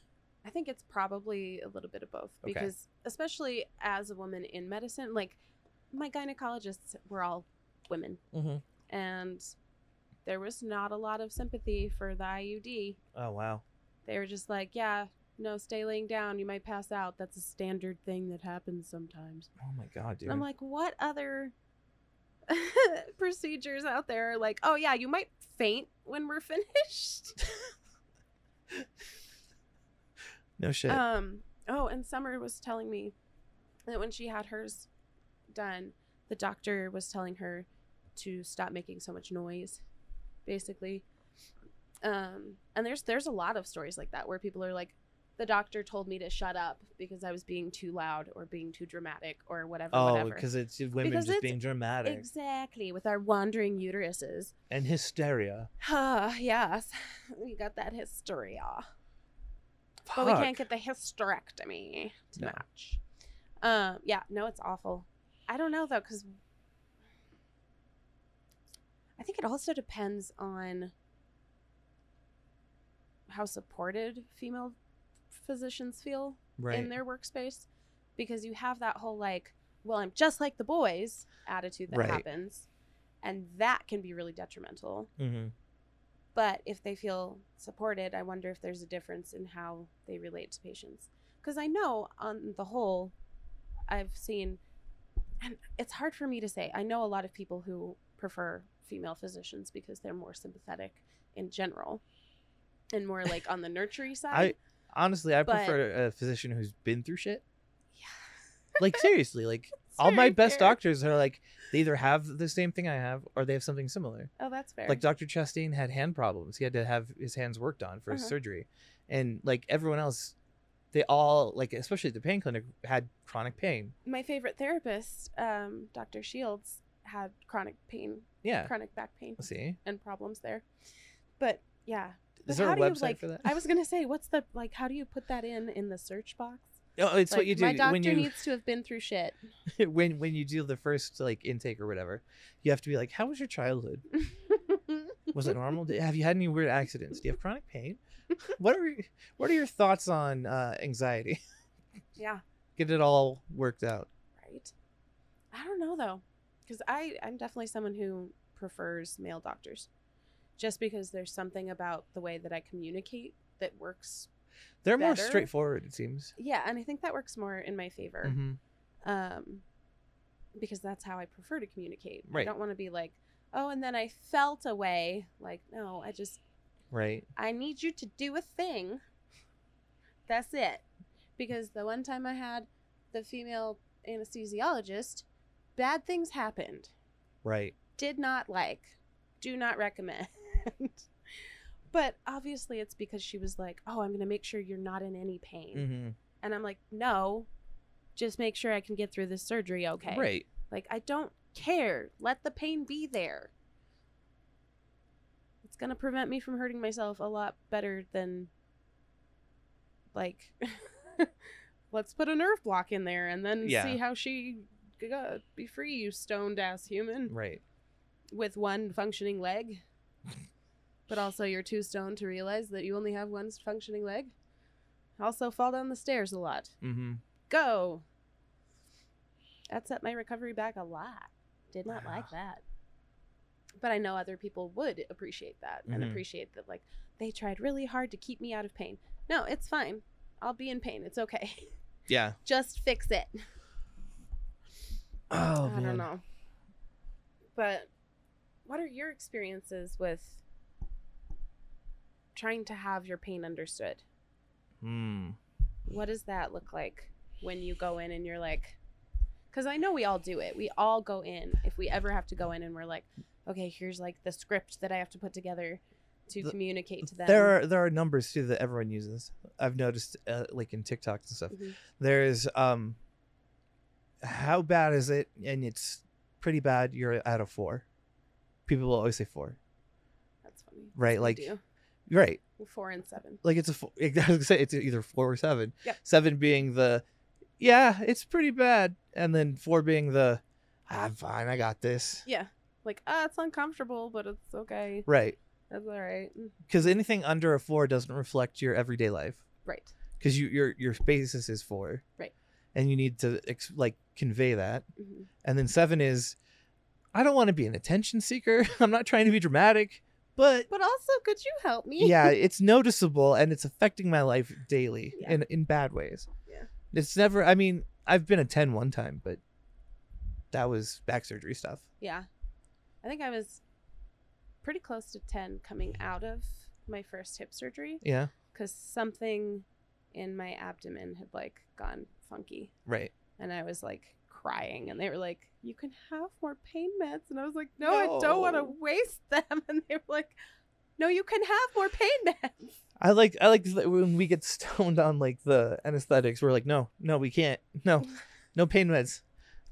Speaker 1: I think it's probably a little bit of both
Speaker 2: Okay.
Speaker 1: because especially as a woman in medicine, like my gynecologists were all women
Speaker 2: Mm-hmm.
Speaker 1: and there was not a lot of sympathy for the IUD.
Speaker 2: Oh wow.
Speaker 1: They were just like, yeah, no, stay laying down, you might pass out. That's a standard thing that happens sometimes.
Speaker 2: Oh my god, dude.
Speaker 1: And I'm like, what other procedures out there are like, oh yeah, you might faint when we're finished?
Speaker 2: no shit.
Speaker 1: Um. Oh, and Summer was telling me that when she had hers done, the doctor was telling her to stop making so much noise, basically. Um. And there's there's a lot of stories like that where people are like, the doctor told me to shut up because I was being too loud or being too dramatic or whatever.
Speaker 2: oh,
Speaker 1: whatever.
Speaker 2: because it's just women
Speaker 1: Because
Speaker 2: just
Speaker 1: it's
Speaker 2: being dramatic
Speaker 1: Exactly, with our wandering uteruses.
Speaker 2: and hysteria.
Speaker 1: Ah, yes. We got that hysteria. but we can't
Speaker 2: Fuck.
Speaker 1: get the hysterectomy to
Speaker 2: No.
Speaker 1: match. Um, yeah, no, it's awful. I don't know though, because I think it also depends on how supported female physicians feel
Speaker 2: right.
Speaker 1: in their workspace, because you have that whole like, "Well, I'm just like the boys" attitude that
Speaker 2: Right.
Speaker 1: happens, and that can be really detrimental.
Speaker 2: mm-hmm.
Speaker 1: But if they feel supported, I wonder if there's a difference in how they relate to patients. Because I know, on the whole, I've seen, and it's hard for me to say, I know a lot of people who prefer female physicians because they're more sympathetic in general and more like on the nurtury side.
Speaker 2: Honestly, I
Speaker 1: But-
Speaker 2: prefer a physician who's been through shit.
Speaker 1: yeah.
Speaker 2: Like seriously, like
Speaker 1: It's
Speaker 2: all my
Speaker 1: very
Speaker 2: best
Speaker 1: fair.
Speaker 2: doctors are like they either have the same thing I have or they have something similar.
Speaker 1: Oh, that's fair.
Speaker 2: Like Dr. Chastain had hand problems. He had to have his hands worked on for his
Speaker 1: Uh-huh.
Speaker 2: surgery. And like everyone else, they all like especially at the pain clinic had chronic pain.
Speaker 1: my favorite therapist, um, Dr. Shields, had chronic pain,
Speaker 2: Yeah.
Speaker 1: chronic back pain,
Speaker 2: See?
Speaker 1: and problems there. But yeah,
Speaker 2: Is
Speaker 1: But
Speaker 2: there a
Speaker 1: how do you,
Speaker 2: website
Speaker 1: like-
Speaker 2: for that?
Speaker 1: I was gonna say, what's the like? How do you put that in in the search box?
Speaker 2: No, Oh, it's what
Speaker 1: Like,
Speaker 2: you do
Speaker 1: My doctor
Speaker 2: when you
Speaker 1: needs to have been through shit.
Speaker 2: when when you do the first like intake or whatever. You have to be like, "How was your childhood? Was it normal? Did- have you had any weird accidents? Do you have chronic pain? What are what are your thoughts on uh, anxiety?"
Speaker 1: yeah,
Speaker 2: get it all worked out.
Speaker 1: right. I don't know though, because I I'm definitely someone who prefers male doctors, just because there's something about the way that I communicate that works.
Speaker 2: They're more
Speaker 1: Better?
Speaker 2: straightforward, it seems.
Speaker 1: Yeah, and I think that works more in my favor.
Speaker 2: Mm-hmm.
Speaker 1: um, because that's how I prefer to communicate. I
Speaker 2: Right.
Speaker 1: don't want to be like, oh, and then I felt away. Like, no, I just
Speaker 2: Right.
Speaker 1: I need you to do a thing. That's it. Because the one time I had the female anesthesiologist, bad things happened.
Speaker 2: Right.
Speaker 1: Did not like. Do not recommend. but obviously, it's because she was like, oh, I'm going to make sure you're not in any pain.
Speaker 2: Mm-hmm.
Speaker 1: And I'm like, no, just make sure I can get through this surgery okay.
Speaker 2: Right.
Speaker 1: Like, I don't care. Let the pain be there. It's going to prevent me from hurting myself a lot better than Like, let's put a nerve block in there and then
Speaker 2: Yeah.
Speaker 1: see how she g- go. Be free, you stoned ass human
Speaker 2: Right.
Speaker 1: with one functioning leg. but also, you're too stoned to realize that you only have one functioning leg. Also, fall down the stairs a lot.
Speaker 2: Mm-hmm.
Speaker 1: Go. That set my recovery back a lot. Did not
Speaker 2: Wow.
Speaker 1: like that. But I know other people would appreciate that and
Speaker 2: Mhm.
Speaker 1: appreciate that, like, they tried really hard to keep me out of pain. No, it's fine. I'll be in pain. It's okay.
Speaker 2: Yeah.
Speaker 1: Just fix it.
Speaker 2: Oh,
Speaker 1: I don't know. But what are your experiences with trying to have your pain understood?
Speaker 2: Hmm.
Speaker 1: What does that look like when you go in and you're like, because I know we all do it. We all go in if we ever have to go in and we're like, okay, here's like the script that I have to put together to
Speaker 2: The-
Speaker 1: communicate to them.
Speaker 2: There are there are numbers too that everyone uses. I've noticed, uh, like in TikTok and stuff.
Speaker 1: Mhm.
Speaker 2: There is um. How bad is it? And it's pretty bad. You're out of four. People will always say four.
Speaker 1: That's funny. That's
Speaker 2: Right,
Speaker 1: what we do.
Speaker 2: like- Right.
Speaker 1: four and seven.
Speaker 2: like it's a four, I was gonna say it's either four or seven.
Speaker 1: Yep.
Speaker 2: Seven being the, yeah, it's pretty bad, and then four being the, I'm fine, I got this.
Speaker 1: Yeah. Like, ah, it's uncomfortable, but it's okay.
Speaker 2: Right,
Speaker 1: That's all right. Mm,
Speaker 2: because anything under a four doesn't reflect your everyday life,
Speaker 1: Right.
Speaker 2: because you your your basis is four.
Speaker 1: Right.
Speaker 2: And you need to ex- like convey that,
Speaker 1: Mhm.
Speaker 2: and then seven is, I don't want to be an attention seeker. I'm not trying to be dramatic, but.
Speaker 1: But also, could you help me?
Speaker 2: yeah, it's noticeable and it's affecting my life daily
Speaker 1: Yeah.
Speaker 2: in in bad ways.
Speaker 1: Yeah.
Speaker 2: It's never I mean, I've been a 10 one time, but that was back surgery stuff.
Speaker 1: Yeah. I think I was pretty close to 10 coming out of my first hip surgery
Speaker 2: Yeah.
Speaker 1: because something in my abdomen had like gone funky.
Speaker 2: Right.
Speaker 1: And I was like crying. And they were like, You can have more pain meds. And I was like, No, I don't want to
Speaker 2: No.
Speaker 1: waste them. And they were like, No, you can have more pain meds.
Speaker 2: I like I like that when we get stoned on like the anesthetics, we're like, no, no, we can't. No. No pain meds.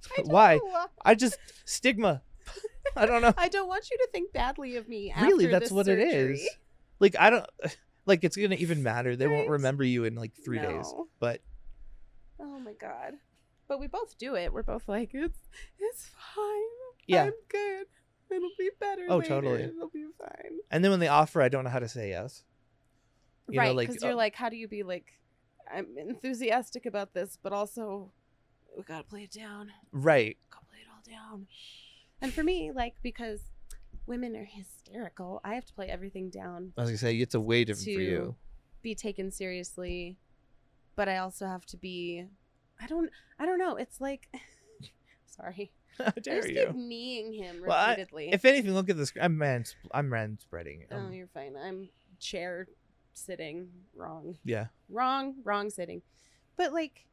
Speaker 1: I don't
Speaker 2: Why?
Speaker 1: know why.
Speaker 2: I just stigma. I don't know.
Speaker 1: I don't want you to think badly of me. After
Speaker 2: really that's
Speaker 1: this
Speaker 2: what it
Speaker 1: surgery.
Speaker 2: is. Like I don't like it's gonna even matter. They won't
Speaker 1: Right?
Speaker 2: remember you in like three days.
Speaker 1: No.
Speaker 2: But
Speaker 1: Oh my god. But we both do it. We're both like, it's it's fine.
Speaker 2: yeah.
Speaker 1: I'm good. It'll be better.
Speaker 2: Oh,
Speaker 1: later.
Speaker 2: totally.
Speaker 1: It'll be fine.
Speaker 2: and then when they offer, I don't know how to say yes. You know,
Speaker 1: right?
Speaker 2: like,
Speaker 1: Because you're
Speaker 2: uh,
Speaker 1: like, how do you be like? I'm enthusiastic about this, but also we gotta play it down.
Speaker 2: Right.
Speaker 1: Gotta play it all down. And for me, like because women are hysterical, I have to play everything down,
Speaker 2: I was gonna say it's a way different for
Speaker 1: to-
Speaker 2: you.
Speaker 1: be taken seriously, but I also have to be. I don't. I don't know. It's like, sorry.
Speaker 2: How
Speaker 1: I
Speaker 2: dare
Speaker 1: just
Speaker 2: you?
Speaker 1: keep kneeing him
Speaker 2: Well, I-
Speaker 1: repeatedly.
Speaker 2: If anything, look at this. I'm man. I'm Um, man spreading.
Speaker 1: oh, you're fine. I'm chair sitting wrong,
Speaker 2: yeah.
Speaker 1: wrong, wrong sitting. But like,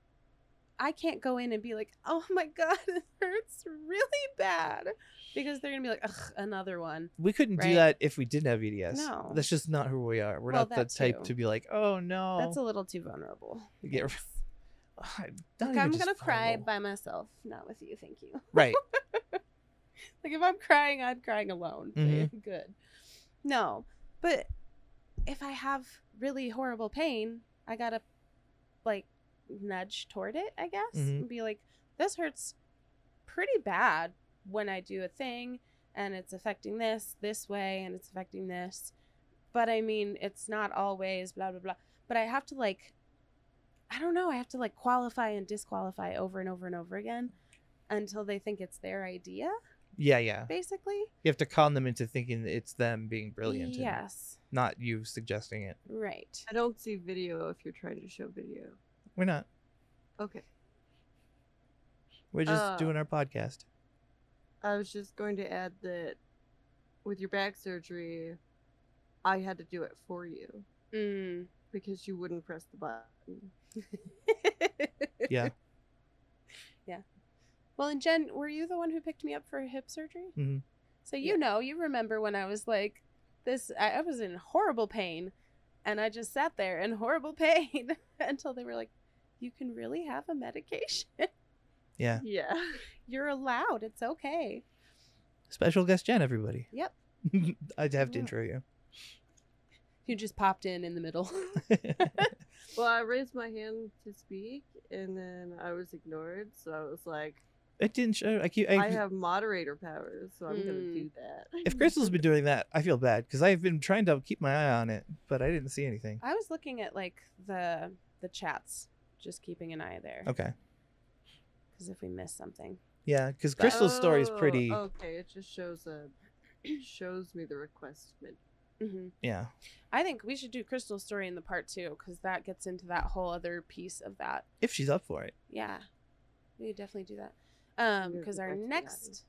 Speaker 1: I can't go in and be like, "Oh my god, it hurts really bad," because they're gonna be like, "Ugh, another one."
Speaker 2: We couldn't
Speaker 1: Right.
Speaker 2: do that if we didn't have EDS.
Speaker 1: No.
Speaker 2: That's just not who we are. We're
Speaker 1: Well,
Speaker 2: not the
Speaker 1: that
Speaker 2: type
Speaker 1: too.
Speaker 2: to be like, oh no.
Speaker 1: That's a little too vulnerable.
Speaker 2: Get-
Speaker 1: Thanks.
Speaker 2: I'm
Speaker 1: Like, I'm gonna cry by myself, not with you. Thank you.
Speaker 2: right.
Speaker 1: Like if I'm crying, I'm crying alone.
Speaker 2: Mhm.
Speaker 1: Good. No, but if I have really horrible pain, I gotta like nudge toward it, I guess,
Speaker 2: Mhm.
Speaker 1: and be like, this hurts pretty bad when I do a thing, and it's affecting this this way, and it's affecting this. But I mean, it's not always blah blah blah. But I have to like, I don't know. I have to like qualify and disqualify over and over and over again until they think it's their idea
Speaker 2: Yeah, yeah.
Speaker 1: basically.
Speaker 2: You have to con them into thinking it's them being brilliant, and
Speaker 1: Yes.
Speaker 2: not you suggesting it.
Speaker 1: Right.
Speaker 3: I don't see video if you're trying to show video.
Speaker 2: We're not.
Speaker 3: Okay.
Speaker 2: We're just
Speaker 3: Uh,
Speaker 2: doing our podcast.
Speaker 3: I was just going to add that with your back surgery, I had to do it for you
Speaker 1: Mm.
Speaker 3: because you wouldn't press the button.
Speaker 2: Yeah.
Speaker 1: Yeah. Well, and Jen, were you the one who picked me up for hip surgery?
Speaker 2: Mhm.
Speaker 1: So you
Speaker 3: Yeah.
Speaker 1: know, you remember when I was like, this, I, I was in horrible pain and I just sat there in horrible pain until they were like, you can really have a medication.
Speaker 2: Yeah.
Speaker 3: Yeah.
Speaker 1: You're allowed. It's okay.
Speaker 2: Special guest Jen, everybody.
Speaker 1: Yep. Mm.
Speaker 2: I'd have to
Speaker 3: Yeah.
Speaker 2: intro you.
Speaker 1: You just popped in in the middle.
Speaker 3: Well, I raised my hand to speak, and then I was ignored. So I was like,
Speaker 2: It didn't show. I keep.
Speaker 3: I
Speaker 2: I,
Speaker 3: have moderator powers, so I'm gonna
Speaker 1: Mm.
Speaker 3: do that.
Speaker 2: if Crystal's been doing that, I feel bad because I've been trying to keep my eye on it, but I didn't see anything.
Speaker 1: I was looking at like the the chats, just keeping an eye there
Speaker 2: Okay.
Speaker 1: because if we miss something,
Speaker 2: Yeah, because Crystal's story is
Speaker 3: Oh,
Speaker 2: pretty.
Speaker 3: Okay, it just shows a shows me the request menu.
Speaker 1: hmm
Speaker 2: Yeah.
Speaker 1: I think we should do Crystal's story in the part two because that gets into that whole other piece of that.
Speaker 2: If she's up for it.
Speaker 1: Yeah, we could definitely do that. Um,
Speaker 3: Yeah,
Speaker 1: because
Speaker 3: go
Speaker 1: our
Speaker 3: back to the
Speaker 1: next,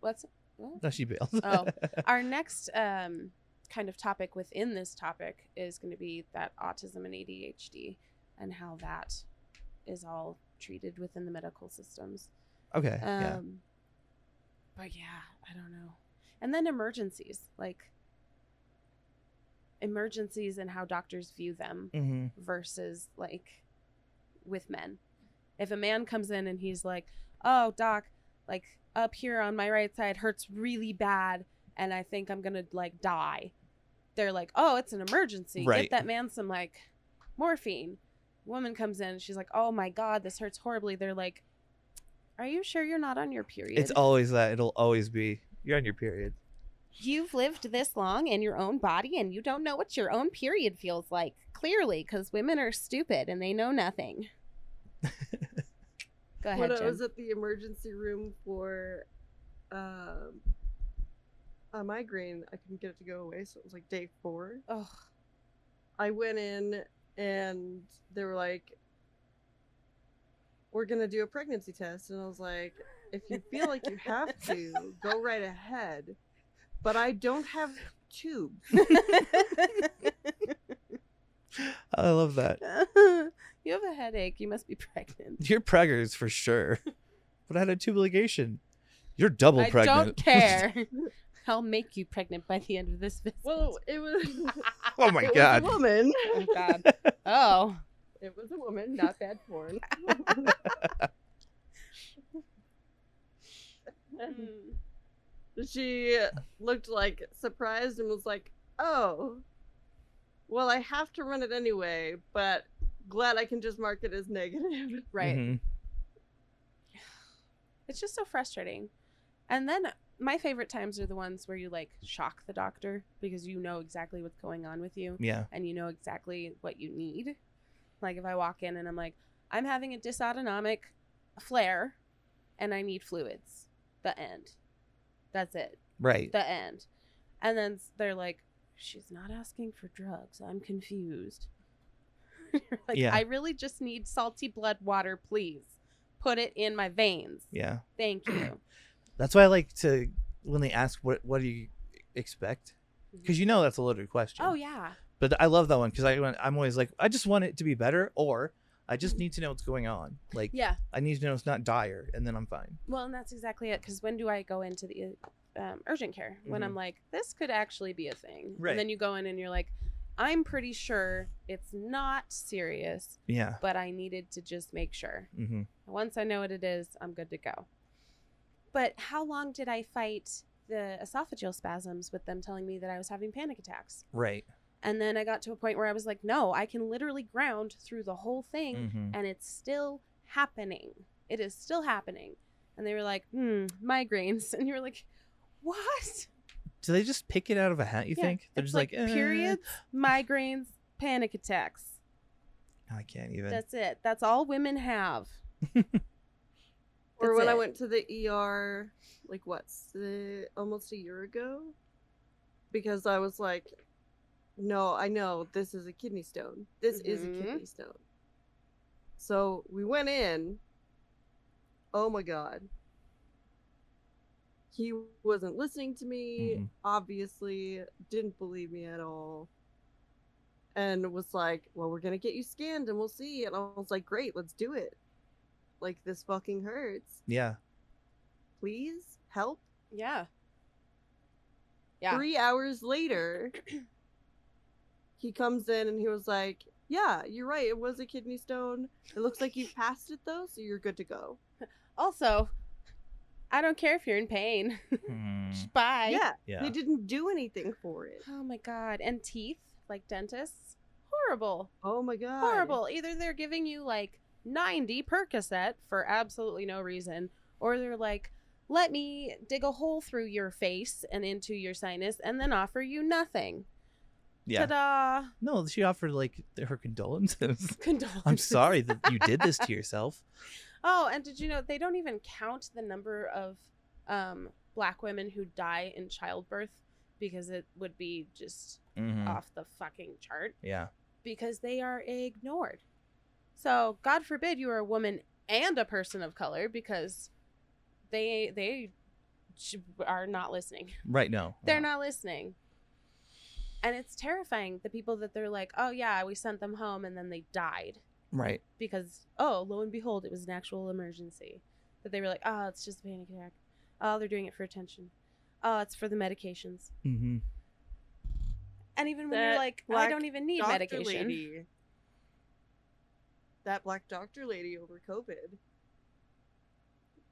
Speaker 1: what's what?
Speaker 2: No, she bailed.
Speaker 1: Oh. our next um, kind of topic within this topic is going to be that autism and ADHD and how that is all treated within the medical systems.
Speaker 2: okay.
Speaker 1: Um,
Speaker 2: yeah.
Speaker 1: But yeah, I don't know. And then emergencies, like emergencies and how doctors view them
Speaker 2: Mm-hmm.
Speaker 1: versus like with men. If a man comes in and he's like, "Oh, doc, like up here on my right side hurts really bad and I think I'm going to like die." They're like, "Oh, it's an emergency.
Speaker 2: Right.
Speaker 1: Get that man some like morphine." Woman comes in, she's like, "Oh my god, this hurts horribly." They're like, "Are you sure you're not on your period?
Speaker 2: It's always that. It'll always be. You're on your period.
Speaker 1: You've lived this long in your own body and you don't know what your own period feels like. Clearly, cuz women are stupid and they know nothing." Go ahead,
Speaker 3: when I
Speaker 1: Jen.
Speaker 3: was at the emergency room for um, a migraine, I couldn't get it to go away. So it was like day four.
Speaker 1: Ugh.
Speaker 3: I went in and they were like, we're going to do a pregnancy test. And I was like, if you feel like you have to, go right ahead. But I don't have tubes.
Speaker 2: I love that.
Speaker 1: you have a headache. You must be pregnant.
Speaker 2: You're preggers for sure. But I had a tube ligation. You're double
Speaker 1: I don't
Speaker 2: pregnant.
Speaker 1: care. I'll make you pregnant by the end of this visit.
Speaker 3: Well, it was.
Speaker 2: oh my
Speaker 3: it
Speaker 2: god.
Speaker 3: Was a woman.
Speaker 1: oh God. Oh,
Speaker 3: It was a woman, not bad porn. she looked like surprised and was like, "Oh, well, I have to run it anyway, but glad I can just mark it as negative."
Speaker 1: right.
Speaker 2: Mhm.
Speaker 1: It's just so frustrating. And then my favorite times are the ones where you like shock the doctor because you know exactly what's going on with you.
Speaker 2: Yeah.
Speaker 1: and you know exactly what you need. Like if I walk in and I'm like, I'm having a dysautonomic flare and I need fluids. The end. That's it.
Speaker 2: Right.
Speaker 1: The end. And then s- they're like, she's not asking for drugs. I'm confused. You're like,
Speaker 2: Yeah.
Speaker 1: I really just need salty blood water, please. Put it in my veins.
Speaker 2: yeah.
Speaker 1: Thank you.
Speaker 2: That's why I like to when they ask what what do you expect? Because you know that's a loaded question.
Speaker 1: Oh yeah.
Speaker 2: But I love that one because I went- I'm always like I just want it to be better or I just need to know what's going on. Like
Speaker 1: Yeah.
Speaker 2: I need to know it's not dire and then I'm fine.
Speaker 1: Well, and that's exactly it. Because when do I go into the um, urgent care when
Speaker 2: Mhm.
Speaker 1: I'm like, this could actually be a thing?
Speaker 2: Right.
Speaker 1: And then you go in and you're like, I'm pretty sure it's not serious,
Speaker 2: Yeah.
Speaker 1: but I needed to just make sure.
Speaker 2: hmm
Speaker 1: Once I know what it is, I'm good to go. But how long did I fight the esophageal spasms with them telling me that I was having panic attacks?
Speaker 2: Right.
Speaker 1: And then I got to a point where I was like, no, I can literally ground through the whole thing
Speaker 2: hmm
Speaker 1: and it's still happening. It is still happening. And they were like, hmm, migraines. And you were like, what?
Speaker 2: Do they just pick it out of a hat? You
Speaker 1: Yeah,
Speaker 2: think they're
Speaker 1: it's
Speaker 2: just like, "Eh,
Speaker 1: periods, migraines, panic attacks.
Speaker 2: I can't even.
Speaker 1: That's it. That's all women have.
Speaker 3: Or
Speaker 1: That's
Speaker 3: when I
Speaker 1: it.
Speaker 3: went to the ER, like what's the almost a year ago, because I was like, "No, I know this is a kidney stone. This is a
Speaker 1: Mhm.
Speaker 3: kidney stone." So we went in. Oh my god. He wasn't listening to me.
Speaker 2: Mhm.
Speaker 3: Obviously, didn't believe me at all. And was like, "Well, we're gonna get you scanned, and we'll see." And I was like, "Great, let's do it." Like this fucking hurts
Speaker 2: yeah.
Speaker 3: please help
Speaker 1: Yeah. Yeah.
Speaker 3: three hours later he comes in and he was like yeah you're right it was a kidney stone it looks like you passed it though so you're good to go
Speaker 1: Also, I don't care if you're in pain.
Speaker 2: Hmm.
Speaker 1: Just Bye.
Speaker 3: yeah,
Speaker 2: Yeah.
Speaker 3: they didn't do anything for it
Speaker 1: Oh my God. And teeth, like dentists. horrible
Speaker 3: Oh my god.
Speaker 1: horrible. Either they're giving you like 90 Percocet for absolutely no reason, or they're like, let me dig a hole through your face and into your sinus and then offer you nothing.
Speaker 2: Yeah.
Speaker 1: Ta
Speaker 2: No, she offered like her condolences.
Speaker 1: da! Condolences.
Speaker 2: I'm sorry that you did this to yourself.
Speaker 1: Oh, and did you know they don't even count the number of um, black women who die in childbirth because it would be just
Speaker 2: Mhm.
Speaker 1: off the fucking chart.
Speaker 2: Yeah.
Speaker 1: because they are ignored. So God forbid you are a woman and a person of color because they they j- are not listening.
Speaker 2: Right. No.
Speaker 1: They're not listening. And it's terrifying the people that they're like, "Oh yeah, we sent them home and then they died
Speaker 2: Right.
Speaker 1: because oh, lo and behold, it was an actual emergency." That they were like, "Oh, it's just a panic attack. Oh, they're doing it for attention. Oh, it's for the medications."
Speaker 2: Mm-hmm.
Speaker 1: And even when
Speaker 3: That
Speaker 1: you're like, "I
Speaker 3: black
Speaker 1: don't even need
Speaker 3: Doctor
Speaker 1: medication."
Speaker 3: lady. That black doctor lady over COVID.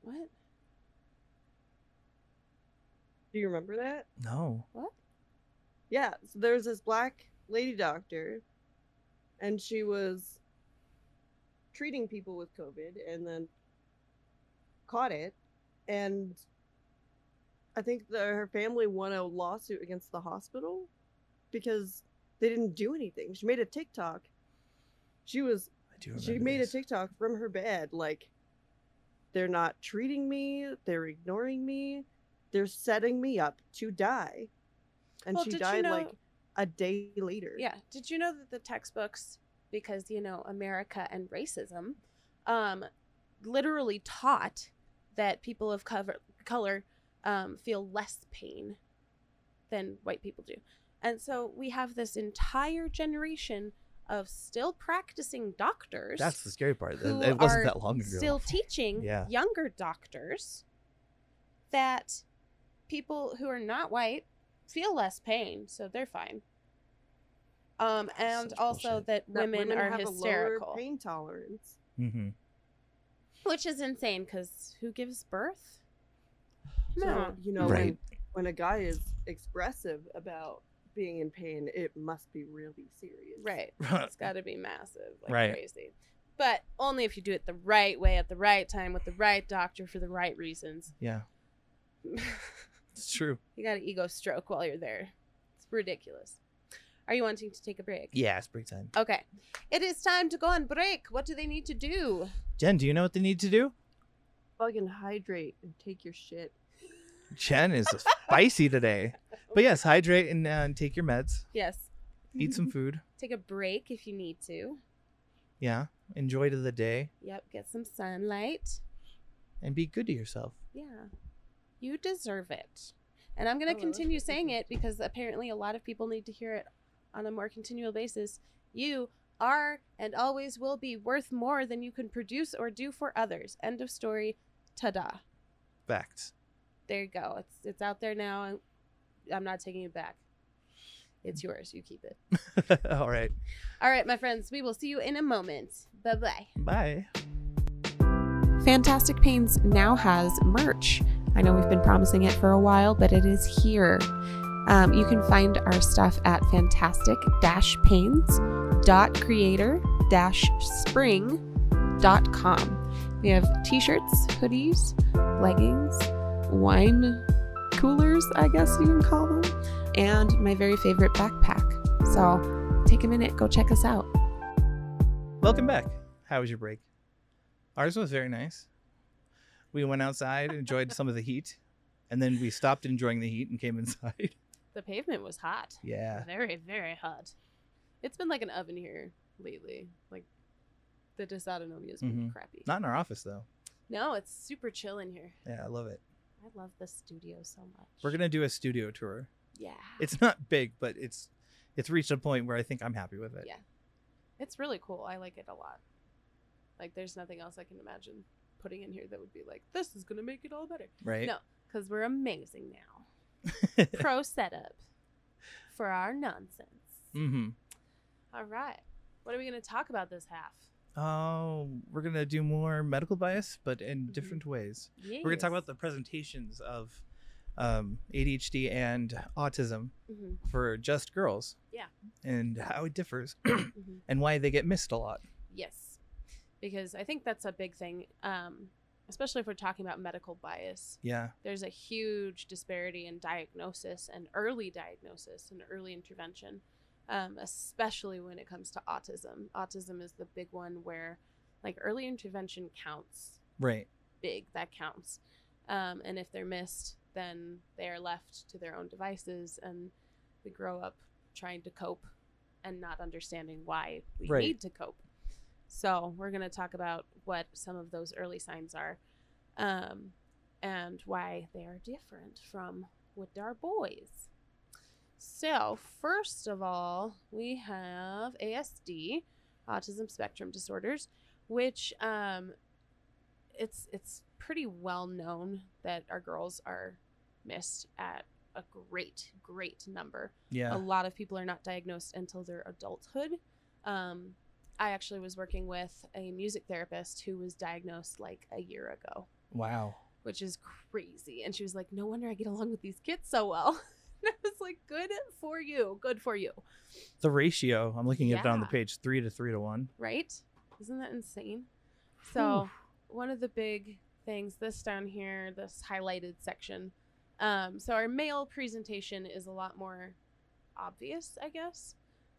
Speaker 1: What?
Speaker 3: Do you remember that?
Speaker 2: No.
Speaker 3: Yeah, so there's this black lady doctor, and she was treating people with COVID and then caught it. And I think the, her family won a lawsuit against the hospital because they didn't do anything. She made a TikTok. She was
Speaker 2: I do remember.
Speaker 3: she made
Speaker 2: this.
Speaker 3: a TikTok from her bed, like, they're not treating me, they're ignoring me, they're setting me up to die. And
Speaker 1: Well,
Speaker 3: she
Speaker 1: did you
Speaker 3: died
Speaker 1: know-
Speaker 3: like a day later.
Speaker 1: Yeah. Did you know that the textbooks, because you know America and racism, um, literally taught that people of cover- color um, feel less pain than white people do, and so we have this entire generation of still practicing doctors
Speaker 2: That's the scary part.
Speaker 1: who
Speaker 2: That It wasn't
Speaker 1: are
Speaker 2: that long ago.
Speaker 1: still teaching
Speaker 2: Yeah.
Speaker 1: younger doctors that people who are not white feel less pain, so they're fine. Um, and
Speaker 2: Such
Speaker 1: also
Speaker 2: bullshit.
Speaker 1: that
Speaker 3: That
Speaker 1: women, are
Speaker 3: have a
Speaker 1: hysterical,
Speaker 3: lower pain tolerance.
Speaker 2: mm-hmm.
Speaker 1: which is insane because who gives birth?
Speaker 3: So,
Speaker 1: No.
Speaker 3: you know,
Speaker 2: Right.
Speaker 3: when, when a guy is expressive about being in pain, it must be really serious.
Speaker 1: Right. It's got to be massive, like
Speaker 2: Right.
Speaker 1: crazy. But only if you do it the right way at the right time with the right doctor for the right reasons.
Speaker 2: yeah.
Speaker 1: you
Speaker 2: It's true.
Speaker 1: got an ego stroke while you're there. It's ridiculous. Are you wanting to take a break?
Speaker 2: Yeah. It's break time.
Speaker 1: Okay. It is time to go on break. What do they need to do?
Speaker 2: Jen, do you know what they need to do?
Speaker 3: Fucking hydrate and take your shit.
Speaker 2: Jen is spicy today. But yes, hydrate and, uh, and take your meds.
Speaker 1: Yes.
Speaker 2: Eat some food.
Speaker 1: Take a break if you need to.
Speaker 2: Yeah. Enjoy to the day
Speaker 1: Yep. Get some sunlight.
Speaker 2: and be good to yourself.
Speaker 1: Yeah. You deserve it. And I'm going
Speaker 3: Oh, I
Speaker 1: to
Speaker 3: like
Speaker 1: continue
Speaker 3: that
Speaker 1: saying
Speaker 3: sentence.
Speaker 1: it because apparently a lot of people need to hear it on a more continual basis. You are and always will be worth more than you can produce or do for others. End of story. Ta da.
Speaker 2: Facts.
Speaker 1: There you go. It's, it's out there now. and I'm not taking it back. It's yours. You keep it.
Speaker 2: All right.
Speaker 1: All right, my friends, we will see you in a moment. Bye bye.
Speaker 2: Bye.
Speaker 1: Fantastic Pains now has merch. I know we've been promising it for a while, but it is here. Um, you can find our stuff at fantastic pains.creator spring.com. We have t shirts, hoodies, leggings, wine coolers, I guess you can call them, and my very favorite backpack. So take a minute, go check us out.
Speaker 2: Welcome back. How was your break? Ours was very nice. We went outside, enjoyed some of the heat, and then we stopped enjoying the heat and came inside.
Speaker 1: The pavement was hot.
Speaker 2: Yeah.
Speaker 1: Very, very hot. It's been like an oven here lately. Like the dysautonomia has been
Speaker 2: Mhm.
Speaker 1: crappy.
Speaker 2: Not in our office though.
Speaker 1: no, it's super chill in here.
Speaker 2: Yeah, I love it.
Speaker 1: I love the studio so much.
Speaker 2: We're gonna do a studio tour.
Speaker 1: yeah. It's
Speaker 2: It's not big, but it's it's reached a point where I think I'm happy with it.
Speaker 1: Yeah. it's really cool. I like it a lot. Like there's nothing else I can imagine putting in here that would be like this is gonna make it all better
Speaker 2: Right?
Speaker 1: No. because we're amazing now. Pro setup for our nonsense.
Speaker 2: mm-hmm.
Speaker 1: All right, what are we gonna talk about this half?
Speaker 2: Oh, we're gonna do more medical bias, but in
Speaker 1: Mhm.
Speaker 2: different ways. We're gonna talk about the presentations of
Speaker 4: um, ADHD and autism
Speaker 1: Mhm.
Speaker 4: for just girls.
Speaker 1: Yeah.
Speaker 4: And how it differs
Speaker 1: Mhm.
Speaker 4: and why they get missed a lot.
Speaker 1: Yes, because I think that's a big thing, um, especially if we're talking about medical bias.
Speaker 4: Yeah.
Speaker 1: There's a huge disparity in diagnosis and early diagnosis and early intervention, um, especially when it comes to autism. Autism is the big one where, like, early intervention counts
Speaker 4: Right.
Speaker 1: big. That counts. Um, and if they're missed, then they are left to their own devices, and we grow up trying to cope and not understanding why we
Speaker 4: Right.
Speaker 1: need to cope. So, we're going to talk about what some of those early signs are um, and why they are different from what are boys. So, first of all, we have ASD, autism spectrum disorders, which um, it's it's pretty well known that our girls are missed at a great great number
Speaker 4: Yeah.
Speaker 1: a lot of people are not diagnosed until their adulthood um, i actually was working with a music therapist who was diagnosed like a year ago
Speaker 4: Wow.
Speaker 1: which is crazy and she was like no wonder i get along with these kids so well and i was like good for you good for you
Speaker 4: The ratio, I'm looking at it on the
Speaker 1: Yeah.
Speaker 4: page, three to three to one.
Speaker 1: right? Isn't that insane? So, one of the big things, this down here, this highlighted section. Um, so, our male presentation is a lot more obvious, I guess.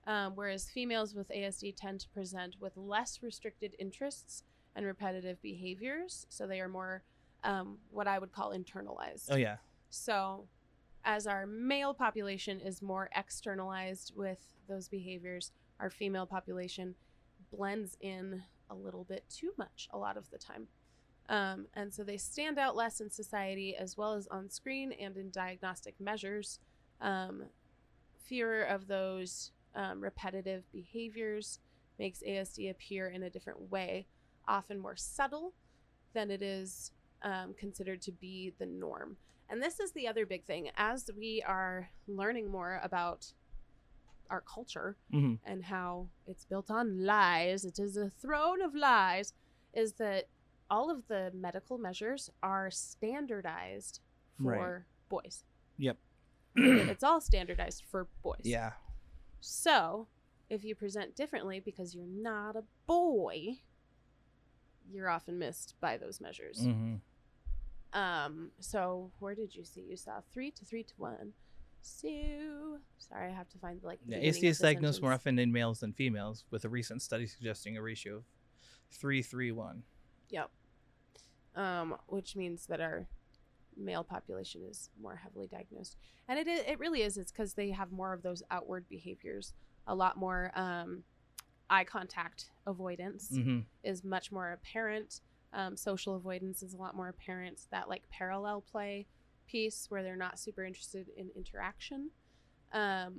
Speaker 1: Um, whereas females with ASD tend to present with less restricted interests and repetitive behaviors. So, they are more um, what I would call internalized.
Speaker 4: Oh, yeah.
Speaker 1: So, as our male population is more externalized with those behaviors, our female population blends in a little bit too much a lot of the time. Um, and so they stand out less in society as well as on screen and in diagnostic measures. Um, fewer of those um, repetitive behaviors makes ASD appear in a different way, often more subtle than it is um, considered to be the norm. And this is the other big thing. As we are learning more about our culture
Speaker 4: Mhm.
Speaker 1: and how it's built on lies, it is a throne of lies, is that all of the medical measures are standardized
Speaker 4: Right.
Speaker 1: for boys.
Speaker 4: Yep.
Speaker 1: it's all standardized for boys.
Speaker 4: yeah.
Speaker 1: So if you present differently because you're not a boy, you're often missed by those measures.
Speaker 2: Mm.
Speaker 4: hmm
Speaker 1: Um, so where did you see? You saw three to three to one. So sorry, I have to find like.
Speaker 4: Yeah,
Speaker 1: beginning
Speaker 4: ASD is
Speaker 1: of the
Speaker 4: diagnosed more
Speaker 1: sentence.
Speaker 4: often in males than females, with a recent study suggesting a ratio of three, three, one.
Speaker 1: Yep. Um, which means that our male population is more heavily diagnosed, and it i- it really is. It's because they have more of those outward behaviors, a lot more um, eye contact avoidance.
Speaker 4: Mm-hmm.
Speaker 1: is much more apparent. Um, social avoidance is a lot more apparent. That like parallel play piece where they're not super interested in interaction. Um,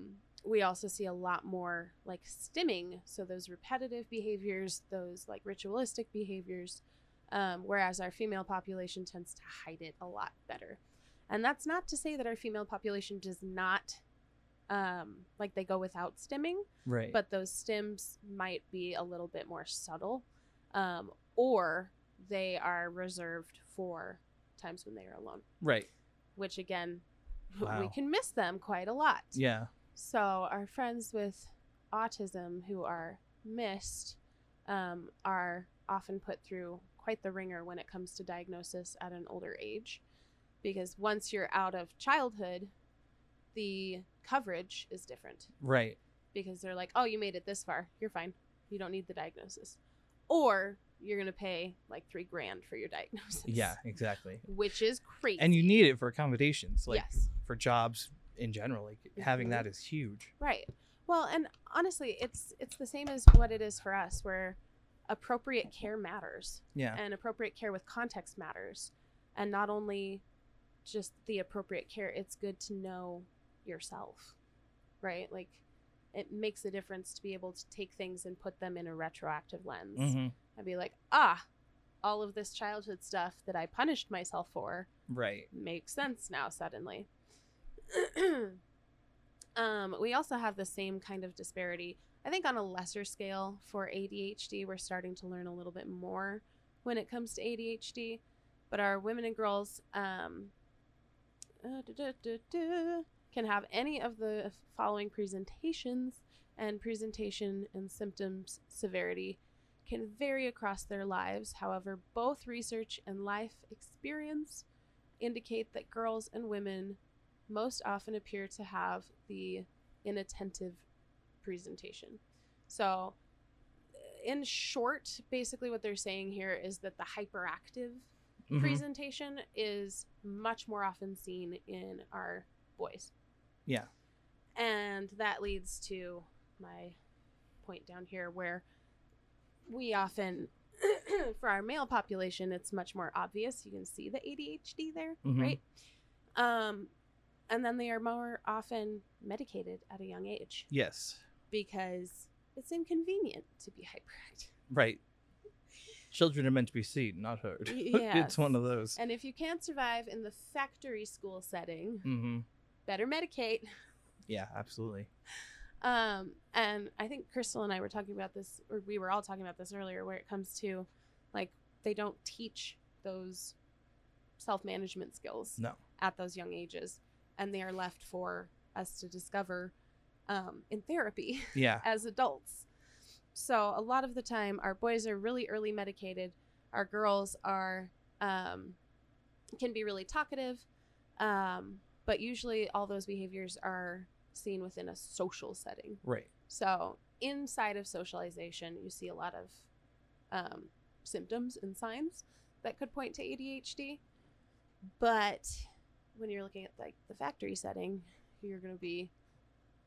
Speaker 1: we also see a lot more like stimming. So those repetitive behaviors, those like ritualistic behaviors, um, whereas our female population tends to hide it a lot better. And that's not to say that our female population does not um, like they go without stimming
Speaker 4: Right.
Speaker 1: but those stims might be a little bit more subtle um, or they are reserved for times when they are alone
Speaker 4: right.
Speaker 1: which again we
Speaker 4: Wow.
Speaker 1: can miss them quite a lot
Speaker 4: Yeah.
Speaker 1: so our friends with autism who are missed um, are often put through quite the ringer when it comes to diagnosis at an older age because once you're out of childhood the coverage is different
Speaker 4: Right.
Speaker 1: because they're like, oh, you made it this far. You're fine. You don't need the diagnosis. Or you're going to pay like three grand for your diagnosis.
Speaker 4: Yeah. Exactly.
Speaker 1: Which is crazy.
Speaker 4: And you need it for accommodations, like
Speaker 1: Yes.
Speaker 4: for jobs in general. Like having
Speaker 1: Mhm.
Speaker 4: that is huge.
Speaker 1: Right. Well, and honestly, it's it's the same as what it is for us where appropriate care matters
Speaker 4: Yeah.
Speaker 1: and appropriate care with context matters. And not only just the appropriate care, it's good to know yourself. Right? Like it makes a difference to be able to take things and put them in a retroactive lens.
Speaker 4: hmm
Speaker 1: I'd be like, ah, all of this childhood stuff that I punished myself for
Speaker 4: Right.
Speaker 1: makes sense now suddenly. um, we also have the same kind of disparity. I think on a lesser scale for ADHD, we're starting to learn a little bit more when it comes to ADHD. But our women and girls um, uh, duh, duh, duh, duh, can have any of the following presentations, and presentation and symptoms severity can vary across their lives. However, both research and life experience indicate that girls and women most often appear to have the inattentive presentation. So, uh, in short, basically what they're saying here is that the hyperactive
Speaker 4: Mhm.
Speaker 1: presentation is much more often seen in our boys.
Speaker 4: Yeah.
Speaker 1: And that leads to my point down here where we often, for our male population, it's much more obvious. You can see the ADHD there,
Speaker 4: Mhm.
Speaker 1: right? Um, and then they are more often medicated at a young age
Speaker 4: Yes.
Speaker 1: because it's inconvenient to be hyperactive.
Speaker 4: Right. Children are meant to be seen, not heard.
Speaker 1: Yes.
Speaker 4: it's one of those.
Speaker 1: And if you can't survive in the factory school setting,
Speaker 4: hmm
Speaker 1: better medicate.
Speaker 4: Yeah, absolutely.
Speaker 1: Um, and I think Crystal and I were talking about this, or we were all talking about this earlier, where it comes to like they don't teach those self management skills
Speaker 4: No.
Speaker 1: at those young ages, and they are left for us to discover um, in therapy
Speaker 4: Yeah.
Speaker 1: as adults. So a lot of the time, our boys are really early medicated. Our girls are um, can be really talkative, um, but usually all those behaviors are seen within a social setting.
Speaker 4: Right.
Speaker 1: So inside of socialization, you see a lot of um, symptoms and signs that could point to ADHD. But when you're looking at like the factory setting, you're going to be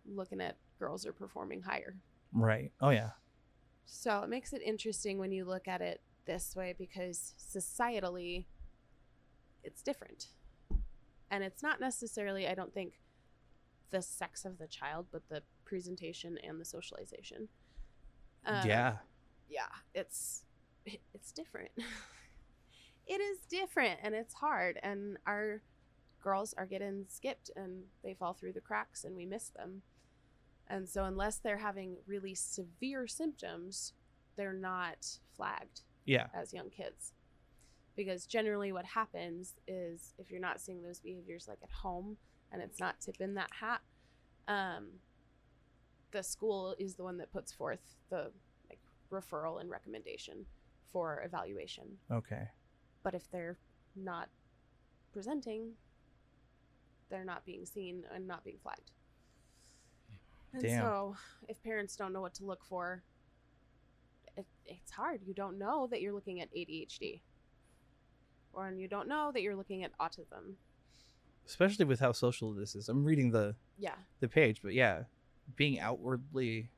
Speaker 1: looking at girls are performing higher.
Speaker 4: Right. Oh yeah.
Speaker 1: So it makes it interesting when you look at it this way because societally, it's different. And it's not necessarily, I don't think, the sex of the child, but the presentation and the socialization. Um,
Speaker 4: yeah.
Speaker 1: Yeah. It's it's different. it is different and it's hard. And our girls are getting skipped and they fall through the cracks and we miss them. And so, unless they're having really severe symptoms, they're not flagged
Speaker 4: Yeah.
Speaker 1: as young kids. Because generally, what happens is if you're not seeing those behaviors like at home and it's not tipping that hat, um, the school is the one that puts forth the like referral and recommendation for evaluation.
Speaker 4: Okay.
Speaker 1: But if they're not presenting, they're not being seen and not being flagged. And
Speaker 4: Damn.
Speaker 1: so, if parents don't know what to look for, it, it's hard. You don't know that you're looking at ADHD, or and you don't know that you're looking at autism.
Speaker 4: Especially with how social this is. I'm reading the
Speaker 1: Yeah,
Speaker 4: the page, but yeah, being outwardly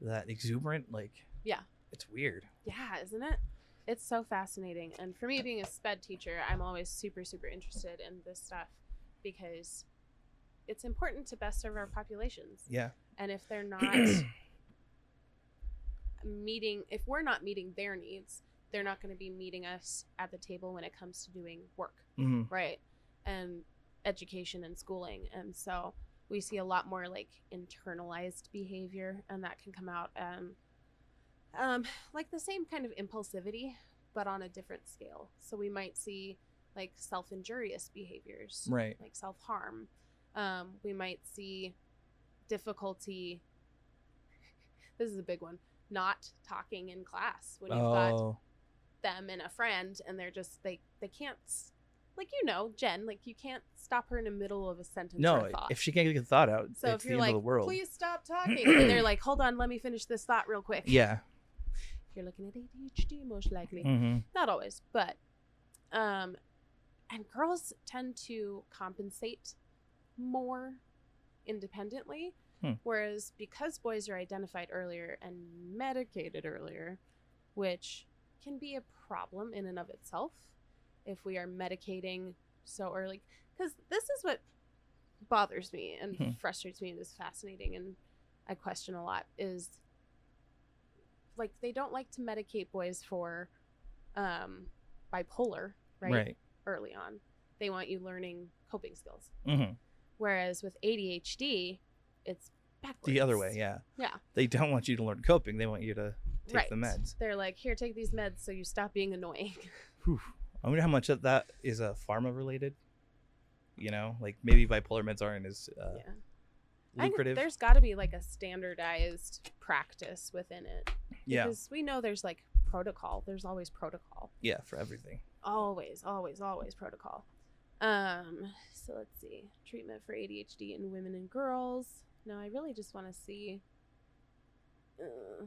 Speaker 4: that exuberant, like
Speaker 1: Yeah.
Speaker 4: it's weird.
Speaker 1: yeah, isn't it? It's so fascinating. And for me, being a sped teacher, I'm always super, super interested in this stuff because it's important to best serve our populations.
Speaker 4: Yeah.
Speaker 1: and if they're not meeting if we're not meeting their needs they're not going to be meeting us at the table when it comes to doing work
Speaker 4: hmm
Speaker 1: right and education and schooling and so we see a lot more like internalized behavior and that can come out um, um like the same kind of impulsivity but on a different scale so we might see like self-injurious behaviors
Speaker 4: Right.
Speaker 1: like self harm. Um, we might see difficulty. this is a big one. Not talking in class when you've got
Speaker 4: Oh.
Speaker 1: them and a friend, and they're just they they can't s- like you know Jen like you can't stop her in the middle of a sentence. or
Speaker 4: No,
Speaker 1: a thought.
Speaker 4: if she can't get a thought out,
Speaker 1: so
Speaker 4: it's
Speaker 1: if
Speaker 4: the
Speaker 1: you're
Speaker 4: end
Speaker 1: like
Speaker 4: of the world.
Speaker 1: please stop talking, and they're like hold on let me finish this thought real quick.
Speaker 4: Yeah.
Speaker 1: you're looking at ADHD most likely
Speaker 4: hmm
Speaker 1: not always but um and girls tend to compensate more independently
Speaker 4: Hmm.
Speaker 1: whereas because boys are identified earlier and medicated earlier which can be a problem in and of itself if we are medicating so early because this is what bothers me and
Speaker 4: Hmm.
Speaker 1: frustrates me and is fascinating and i question a lot is like they don't like to medicate boys for um bipolar right,
Speaker 4: Right.
Speaker 1: early on they want you learning coping skills
Speaker 4: hmm
Speaker 1: whereas with adhd it's backwards
Speaker 4: The other way. Yeah.
Speaker 1: Yeah.
Speaker 4: They don't want you to learn coping. They want you to take
Speaker 1: right.
Speaker 4: the meds.
Speaker 1: they're like here take these meds so you stop being annoying
Speaker 4: Whew. I wonder how much of that is uh, pharma related. You know, like maybe bipolar meds aren't as uh,
Speaker 1: yeah. I think
Speaker 4: lucrative.
Speaker 1: there's got to be like a standardized practice within it.
Speaker 4: yeah,
Speaker 1: Because we know there's like protocol. There's always protocol.
Speaker 4: yeah, for everything.
Speaker 1: Always, always, always protocol. Um, so let's see. Treatment for ADHD in women and girls. No, I really just want to see. Uh,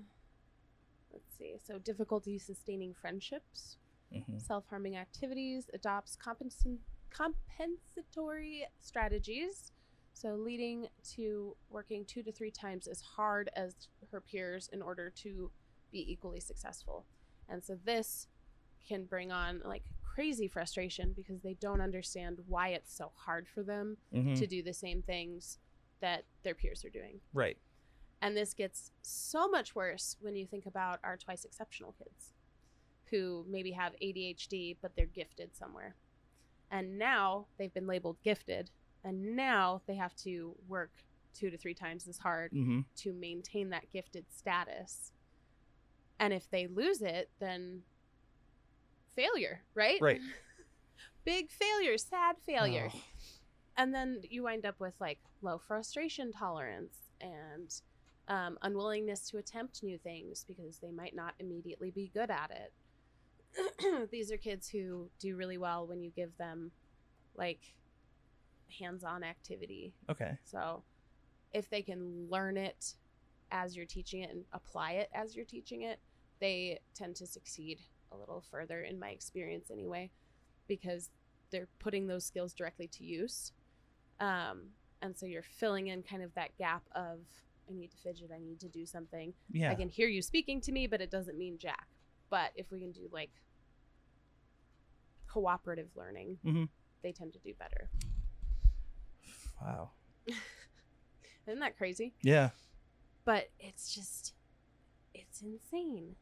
Speaker 1: let's see. So difficulty sustaining friendships,
Speaker 4: hmm
Speaker 1: self-harming activities, adopts compensa- compensatory strategies. So leading to working two to three times as hard as her peers in order to be equally successful. And so this can bring on like crazy frustration because they don't understand why it's so hard for them
Speaker 4: hmm
Speaker 1: to do the same things that their peers are doing.
Speaker 4: Right.
Speaker 1: And this gets so much worse when you think about our twice exceptional kids who maybe have ADHD, but they're gifted somewhere. And now they've been labeled gifted, and now they have to work two to three times as hard
Speaker 4: hmm
Speaker 1: to maintain that gifted status. And if they lose it, then failure, right?
Speaker 4: Right.
Speaker 1: Big failure, sad failure.
Speaker 4: Oh.
Speaker 1: And then you wind up with like low frustration tolerance and um, unwillingness to attempt new things because they might not immediately be good at it. These are kids who do really well when you give them like hands on activity
Speaker 4: Okay.
Speaker 1: so if they can learn it as you're teaching it and apply it as you're teaching it, they tend to succeed a little further in my experience anyway, because they're putting those skills directly to use. Um, and so you're filling in kind of that gap of, I need to fidget, I need to do something.
Speaker 4: Yeah.
Speaker 1: I can hear you speaking to me, but it doesn't mean Jack. But if we can do like cooperative learning,
Speaker 4: Mhm.
Speaker 1: they tend to do better.
Speaker 4: Wow.
Speaker 1: Isn't that crazy?
Speaker 4: Yeah.
Speaker 1: but it's just it's insane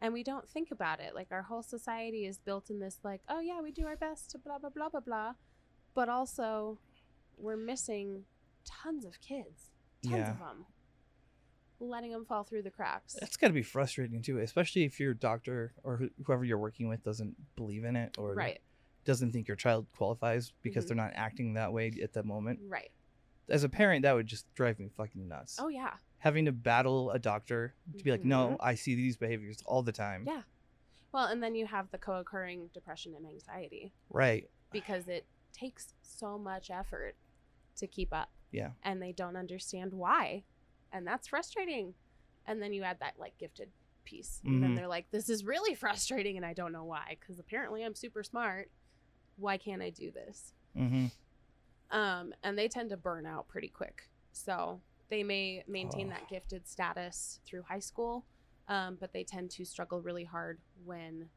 Speaker 1: and we don't think about it like our whole society is built in this like oh yeah we do our best to blah blah blah blah blah but also we're missing tons of kids tons
Speaker 4: Yeah.
Speaker 1: of them letting them fall through the cracks
Speaker 4: That's got to be frustrating too, especially if your doctor or wh- whoever you're working with doesn't believe in it or
Speaker 1: right
Speaker 4: doesn't think your child qualifies because
Speaker 1: Mhm.
Speaker 4: they're not acting that way at the moment.
Speaker 1: right
Speaker 4: As a parent, that would just drive me fucking nuts.
Speaker 1: oh yeah Mm-hmm.
Speaker 4: Having to battle a doctor to be like, no, I see these behaviors all the time.
Speaker 1: Yeah. well and then you have the co-occurring depression and anxiety
Speaker 4: Right.
Speaker 1: because it takes so much effort to keep up.
Speaker 4: Yeah.
Speaker 1: And they don't understand why. And that's frustrating. And then you add that like gifted piece. And then
Speaker 4: Mhm.
Speaker 1: they're like, this is really frustrating. And I don't know why. Because apparently I'm super smart. Why can't I do this?
Speaker 4: Mm-hmm.
Speaker 1: Um, and they tend to burn out pretty quick. So they may maintain
Speaker 4: Oh.
Speaker 1: that gifted status through high school, um, but they tend to struggle really hard when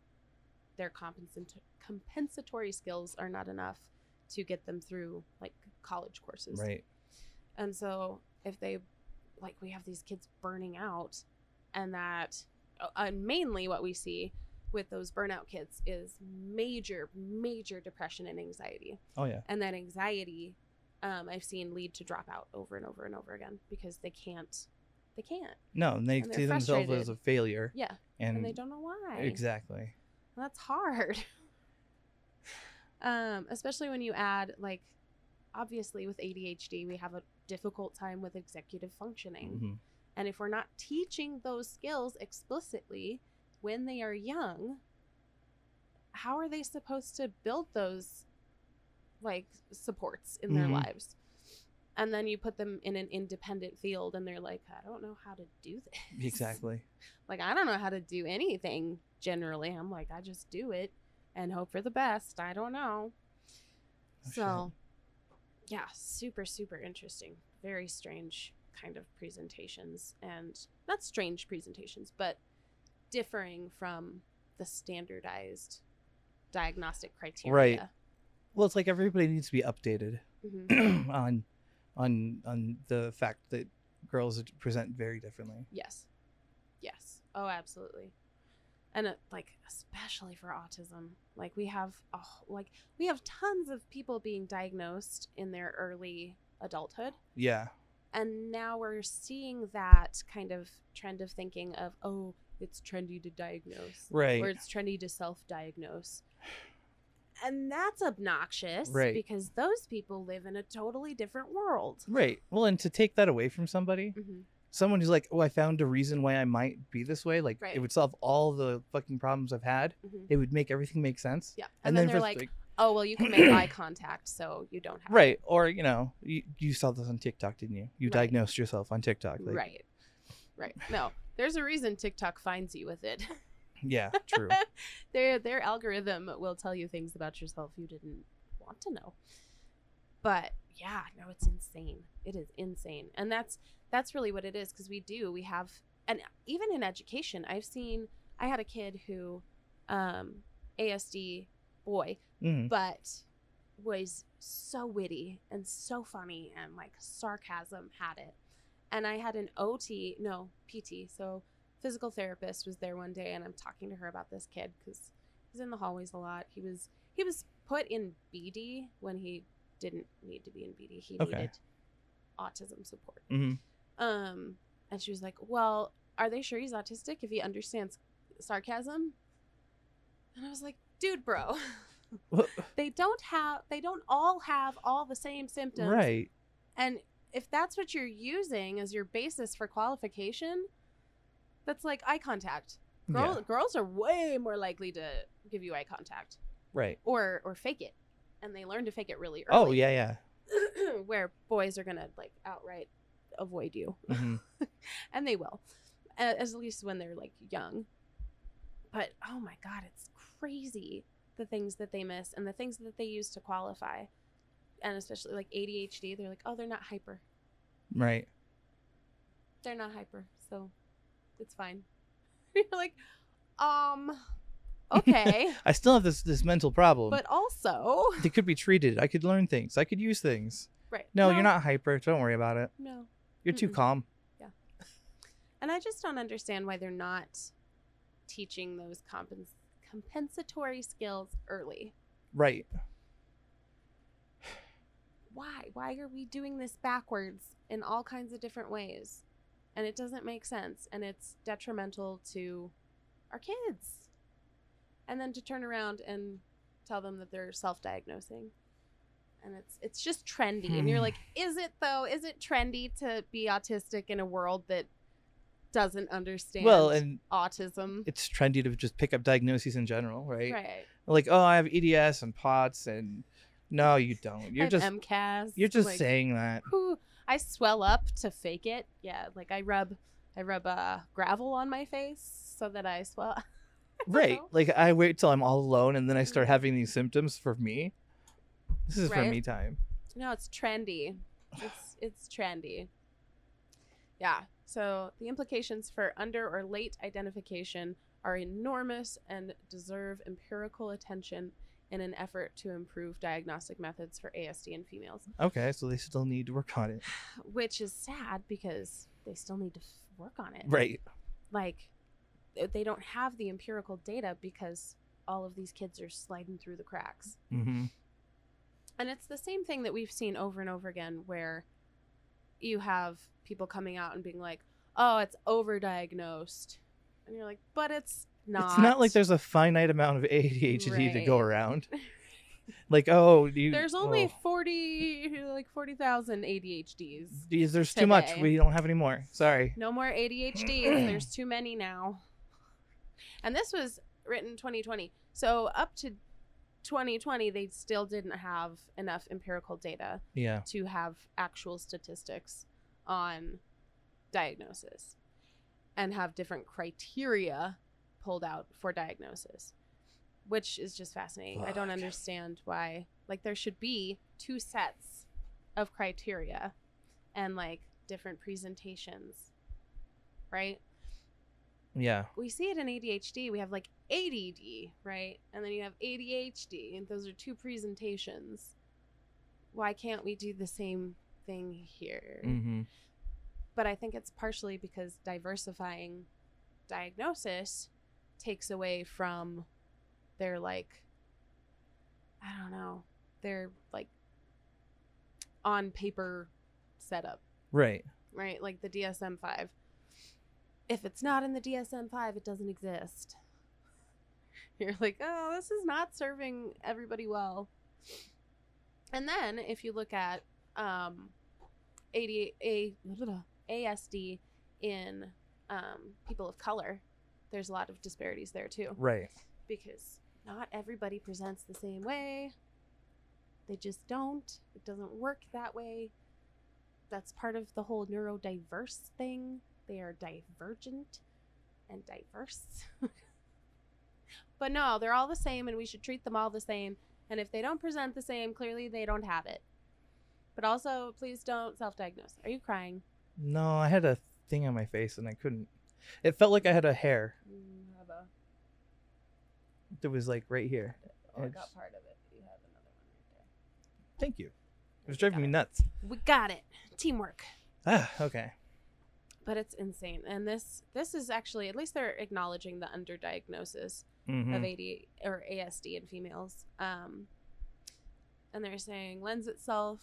Speaker 1: their compensat- compensatory skills are not enough to get them through like college courses.
Speaker 4: Right.
Speaker 1: And so if they like we have these kids burning out and that uh, and mainly what we see with those burnout kids is major major depression and anxiety
Speaker 4: Oh yeah.
Speaker 1: and that anxiety um, i've seen lead to dropout over and over and over again because they can't they can't
Speaker 4: No, and they
Speaker 1: And they're
Speaker 4: see themselves as
Speaker 1: frustrated.
Speaker 4: a failure.
Speaker 1: yeah
Speaker 4: And,
Speaker 1: and, they don't know why
Speaker 4: Exactly.
Speaker 1: And that's hard um, especially when you add like obviously with adhd we have a difficult time with executive functioning
Speaker 4: hmm
Speaker 1: and if we're not teaching those skills explicitly when they are young, how are they supposed to build those like supports in their
Speaker 4: Mhm.
Speaker 1: lives? And then you put them in an independent field and they're like, I don't know how to do this.
Speaker 4: Exactly.
Speaker 1: Like, I don't know how to do anything generally. I'm like, I just do it and hope for the best. I don't know.
Speaker 4: Oh,
Speaker 1: so, yeah, super, super interesting. Very strange kind of presentations and not strange presentations, but differing from the standardized diagnostic criteria.
Speaker 4: Well, it's like everybody needs to be updated
Speaker 1: hmm
Speaker 4: on on on the fact that girls present very differently.
Speaker 1: Yes. Yes. Oh, absolutely. And uh, like especially for autism, like we have oh, like we have tons of people being diagnosed in their early adulthood.
Speaker 4: Yeah.
Speaker 1: And now we're seeing that kind of trend of thinking of oh, it's trendy to diagnose
Speaker 4: Right.
Speaker 1: or it's trendy to self-diagnose. and that's obnoxious
Speaker 2: Right.
Speaker 1: because those people live in a totally different world.
Speaker 2: Right. Well, and to take that away from somebody,
Speaker 1: Mhm.
Speaker 2: someone who's like, "Oh, I found a reason why I might be this way," like
Speaker 1: Right.
Speaker 2: it would solve all the fucking problems I've had.
Speaker 1: Mhm.
Speaker 2: It would make everything make sense.
Speaker 1: Yeah. And, then, they're
Speaker 2: for,
Speaker 1: like, oh, well, you can make eye contact, so you don't have.
Speaker 2: right, or you know, you, you saw this on TikTok, didn't you? You
Speaker 1: Right.
Speaker 2: diagnosed yourself on TikTok, like,
Speaker 1: right. Right. No, there's a reason TikTok finds you with it.
Speaker 2: Yeah, true.
Speaker 1: their their algorithm will tell you things about yourself you didn't want to know. But yeah, no, it's insane. It is insane, and that's that's really what it is because we do we have and even in education, I've seen I had a kid who, um, ASD boy,
Speaker 2: hmm
Speaker 1: but was so witty and so funny and like sarcasm had it. And I had an OT, no, PT, so physical therapist was there one day and I'm talking to her about this kid cuz he's in the hallways a lot. He was he was put in BD when he didn't need to be in BD. He
Speaker 2: Okay.
Speaker 1: needed autism support.
Speaker 2: hmm
Speaker 1: Um, and she was like, "Well, are they sure he's autistic if he understands sarcasm?" And I was like, "Dude, bro,
Speaker 2: What?
Speaker 1: they don't have, they don't all have all the same symptoms,
Speaker 2: Right.
Speaker 1: And if that's what you're using as your basis for qualification, that's like eye contact. Girl,
Speaker 2: Yeah.
Speaker 1: Girls are way more likely to give you eye contact
Speaker 2: Right.
Speaker 1: or or fake it, and they learn to fake it really
Speaker 2: Oh
Speaker 1: early.
Speaker 2: yeah, yeah.
Speaker 1: where boys are gonna like outright avoid you."
Speaker 2: hmm
Speaker 1: and they will a- as at least when they're like young but oh my god it's crazy the things that they miss and the things that they use to qualify and especially like adhd they're like oh they're not hyper
Speaker 2: Right.
Speaker 1: they're not hyper so it's fine you're like um okay
Speaker 2: I still have this this mental problem.
Speaker 1: but also
Speaker 2: they could be treated. I could learn things. I could use things.
Speaker 1: right
Speaker 2: No, you're not hyper. Don't worry about it.
Speaker 1: no
Speaker 2: You're too
Speaker 1: Mm-mm.
Speaker 2: calm.
Speaker 1: And I just don't understand why they're not teaching those compens- compensatory skills early.
Speaker 2: Right.
Speaker 1: Why? Why are we doing this backwards in all kinds of different ways? And it doesn't make sense and it's detrimental to our kids. And then to turn around and tell them that they're self-diagnosing. And it's it's just trendy. And you're
Speaker 2: Hmm.
Speaker 1: like, "Is it though? Is it trendy to be autistic in a world that doesn't understand
Speaker 2: Well, and
Speaker 1: autism?"
Speaker 2: it's trendy to just pick up diagnoses in general, right?
Speaker 1: Right.
Speaker 2: Like, oh, I have EDS and POTS, and no, you don't. You're
Speaker 1: I'm
Speaker 2: just
Speaker 1: MCAS.
Speaker 2: you're just
Speaker 1: like,
Speaker 2: saying that.
Speaker 1: whew, I swell up to fake it. Yeah, like I rub, I rub uh, gravel on my face so that I swell.
Speaker 2: Right.
Speaker 1: know. Mm-hmm.
Speaker 2: Like I wait till I'm all alone, and then I start having these symptoms for me. This is for
Speaker 1: Right.
Speaker 2: me time.
Speaker 1: No, it's trendy. It's it's trendy. Yeah. So the implications for under or late identification are enormous and deserve empirical attention in an effort to improve diagnostic methods for ASD in females.
Speaker 2: Okay, so they still need to work on it.
Speaker 1: Which is sad because they still need to f- work on it.
Speaker 2: Right.
Speaker 1: like th- they don't have the empirical data because all of these kids are sliding through the cracks.
Speaker 2: hmm
Speaker 1: And it's the same thing that we've seen over and over again where you have people coming out and being like, "Oh, it's overdiagnosed." And you're like, "But it's not."
Speaker 2: It's not like there's a finite amount of ADHD to go
Speaker 1: Right.
Speaker 2: around. Like, oh, you,
Speaker 1: There's only
Speaker 2: oh.
Speaker 1: 40 like 40,000 ADHDs.
Speaker 2: Geez, there's too much.
Speaker 1: today.
Speaker 2: We don't have any more. Sorry.
Speaker 1: No more ADHDs. There's too many now. And this was written 2020. So up to 2020, they still didn't have enough empirical data
Speaker 2: Yeah.
Speaker 1: to have actual statistics on diagnosis and have different criteria pulled out for diagnosis, which is just fascinating. I don't
Speaker 2: Fuck.
Speaker 1: understand why, like, there should be two sets of criteria and, like, different presentations, right?
Speaker 2: Yeah.
Speaker 1: we see it in ADHD. We have like ADD, right? And then you have ADHD, and those are two presentations. Why can't we do the same thing here?
Speaker 2: Mm-hmm.
Speaker 1: But I think it's partially because diversifying diagnosis takes away from their like I don't know, their like on paper setup
Speaker 2: Right.
Speaker 1: right? Like the DSM 5. If it's not in the DSM 5, it doesn't exist. You're like, oh, this is not serving everybody well. And then if you look at um, AD, A, ASD in um, people of color, there's a lot of disparities there too
Speaker 5: Right.
Speaker 1: because not everybody presents the same way. They just don't. It doesn't work that way. That's part of the whole neurodiverse thing. They are divergent and diverse. but no, they're all the same and we should treat them all the same. And if they don't present the same, clearly they don't have it. But also, please don't self diagnose. Are you crying?
Speaker 2: No, I had a thing on my face and I couldn't. It felt like I had a hair
Speaker 1: You Mm, have a.
Speaker 2: that was like right here. I just-
Speaker 1: oh, part of it. You have another one right there.
Speaker 2: Thank you. It was driving me nuts.
Speaker 1: We got it. Teamwork.
Speaker 2: Ah, okay.
Speaker 1: but it's insane and this this is actually at least they're acknowledging the underdiagnosis of
Speaker 2: Mhm.
Speaker 1: AD or ASD in females um and they're saying lends itself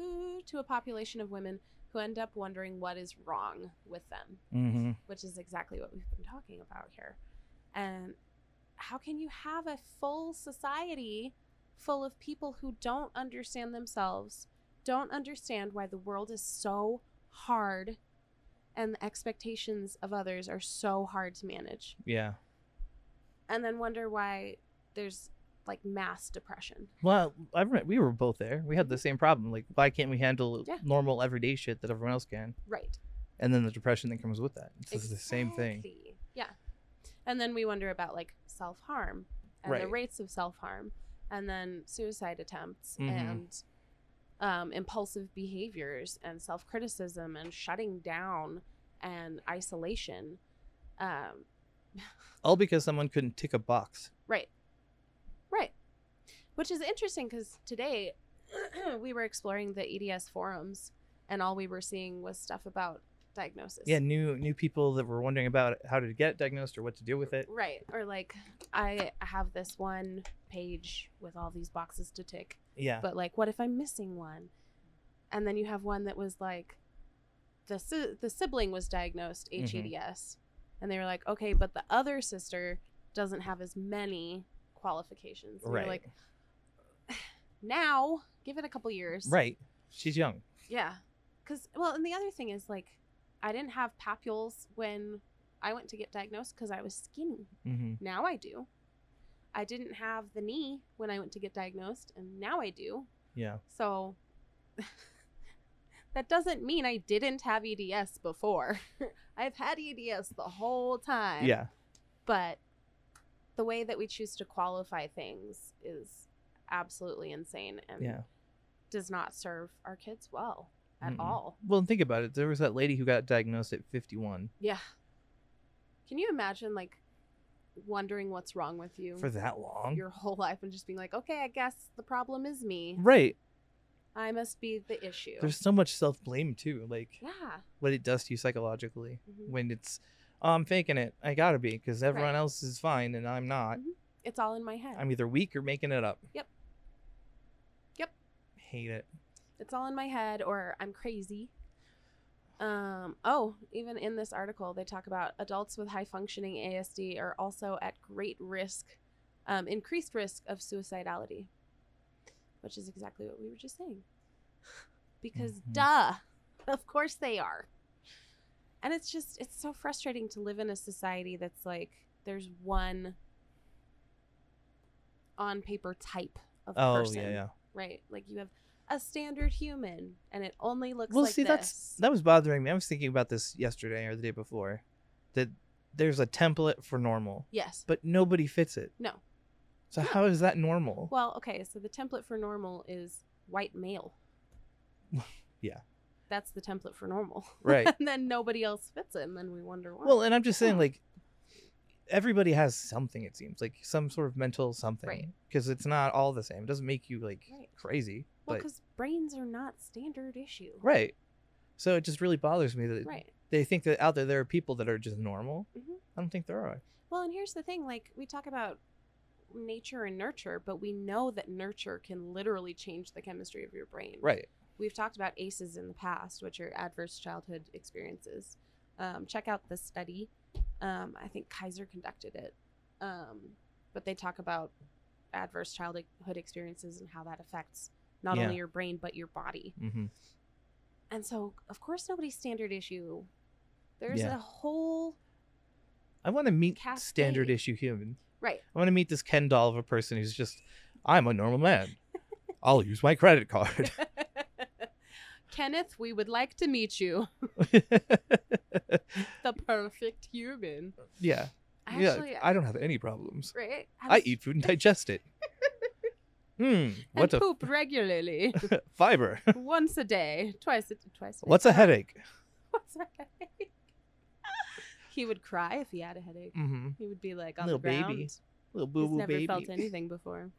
Speaker 1: ooh, to a population of women who end up wondering what is wrong with them
Speaker 2: Mhm.
Speaker 1: which is exactly what we've been talking about here and how can you have a full society full of people who don't understand themselves, don't understand why the world is so hard and the expectations of others are so hard to manage,
Speaker 2: Yeah.
Speaker 1: and then wonder why there's like mass depression?
Speaker 2: Well, I remember we were both there. We had the same problem. Like, why can't we handle
Speaker 1: Yeah.
Speaker 2: normal everyday shit that everyone else can?
Speaker 1: Right.
Speaker 2: And then the depression that comes with that. It's just the same thing.
Speaker 1: Exactly. Yeah. And then we wonder about like self harm and the
Speaker 2: Right.
Speaker 1: rates of self harm and then suicide attempts
Speaker 2: Mhm.
Speaker 1: and um, impulsive behaviors and self criticism and shutting down and isolation. Um,
Speaker 2: All because someone couldn't tick a box.
Speaker 1: right. Right. Which is interesting because today we were exploring the EDS forums and all we were seeing was stuff about diagnosis.
Speaker 2: Yeah, new new people that were wondering about how to get diagnosed or what to do with it.
Speaker 1: Right. Or like, I have this one page with all these boxes to tick,
Speaker 2: Yeah.
Speaker 1: but like, what if I'm missing one? And then you have one that was like, the si- the sibling was diagnosed
Speaker 2: Mhm.
Speaker 1: HEDS, and they were like, okay, but the other sister doesn't have as many qualifications. And you're
Speaker 2: right.
Speaker 1: Like now, give it a couple years.
Speaker 2: right. She's young.
Speaker 1: Yeah. Cause well, and the other thing is like, I didn't have papules when I went to get diagnosed because I was skinny.
Speaker 2: Mm-hmm.
Speaker 1: Now I do. I didn't have the knee when I went to get diagnosed, and now I do.
Speaker 2: Yeah.
Speaker 1: So that doesn't mean I didn't have EDS before. I've had EDS the whole time.
Speaker 2: Yeah.
Speaker 1: But the way that we choose to qualify things is absolutely insane and
Speaker 2: Yeah.
Speaker 1: does not serve our kids well at
Speaker 2: Mm-mm.
Speaker 1: all.
Speaker 2: Well, and think about it. There was that lady who got diagnosed at 51
Speaker 1: Yeah. Can you imagine like wondering what's wrong with you?
Speaker 2: for that long.
Speaker 1: your whole life and just being like, okay, I guess the problem is me.
Speaker 2: Right.
Speaker 1: I must be the issue.
Speaker 2: There's so much self blame too. Like
Speaker 1: yeah.
Speaker 2: what it does to you psychologically
Speaker 1: Mhm.
Speaker 2: when it's, oh, I'm faking it. I gotta be because everyone
Speaker 1: Right.
Speaker 2: else is fine and I'm not.
Speaker 1: Mhm. It's all in my head.
Speaker 2: I'm either weak or making it up.
Speaker 1: Yep. Yep.
Speaker 2: Hate it.
Speaker 1: it's all in my head or I'm crazy. Um, oh, even in this article, they talk about adults with high functioning ASD are also at great risk, um, increased risk of suicidality, which is exactly what we were just saying. Because,
Speaker 2: Mhm.
Speaker 1: duh, of course they are. And it's just, it's so frustrating to live in a society that's like, there's one on paper type of
Speaker 2: Oh
Speaker 1: person
Speaker 2: yeah, yeah.
Speaker 1: right? Like you have a standard human, and it only looks
Speaker 2: Well,
Speaker 1: like
Speaker 2: see,
Speaker 1: this.
Speaker 2: that's that was bothering me. I was thinking about this yesterday or the day before, that there's a template for normal,
Speaker 1: yes.
Speaker 2: but nobody fits it.
Speaker 1: No.
Speaker 2: So how is that normal?
Speaker 1: Well, okay. So the template for normal is white male.
Speaker 2: Yeah.
Speaker 1: That's the template for normal,
Speaker 2: right.
Speaker 1: and then nobody else fits it, and then we wonder why.
Speaker 2: Well, and I'm just saying, like, everybody has something. It seems like some sort of mental something,
Speaker 1: Right.
Speaker 2: Because it's not all the same. It doesn't make you like
Speaker 1: Right.
Speaker 2: crazy,
Speaker 1: well,
Speaker 2: but
Speaker 1: because brains are not standard issue.
Speaker 2: right. So it just really bothers me that
Speaker 1: Right.
Speaker 2: they think that out there there are people that are just normal.
Speaker 1: Mhm.
Speaker 2: I don't think there are.
Speaker 1: Well, and here's the thing: like we talk about nature and nurture, but we know that nurture can literally change the chemistry of your brain.
Speaker 2: Right.
Speaker 1: we've talked about ACEs in the past, which are adverse childhood experiences. Um, check out this study. Um, I think Kaiser conducted it. Um, but they talk about adverse childhood experiences and how that affects not
Speaker 2: Yeah.
Speaker 1: only your brain but your body.
Speaker 2: Mm-hmm.
Speaker 1: And so, of course, nobody's standard issue. There's
Speaker 2: Yeah.
Speaker 1: a whole
Speaker 2: I want to meet
Speaker 1: Cascade.
Speaker 2: standard issue human.
Speaker 1: right.
Speaker 2: I want to meet this Ken doll of a person who's just, I'm a normal man. I'll use my credit card.
Speaker 1: Kenneth, we would like to meet you, the perfect human.
Speaker 2: yeah.
Speaker 1: I actually, uh
Speaker 2: yeah. I don't have any problems.
Speaker 1: right?
Speaker 2: I
Speaker 1: was-
Speaker 2: eat food and digest it. Hmm.
Speaker 1: and
Speaker 2: What a
Speaker 1: poop regularly,
Speaker 2: fiber.
Speaker 1: once a day, twice a twice. A day.
Speaker 2: What's a headache?
Speaker 1: What's a headache? he would cry if he had a headache.
Speaker 2: Mm-hmm.
Speaker 1: He would be like on
Speaker 2: Little
Speaker 1: the ground.
Speaker 2: baby. Little
Speaker 1: He's
Speaker 2: boo boo
Speaker 1: never
Speaker 2: baby.
Speaker 1: felt anything before.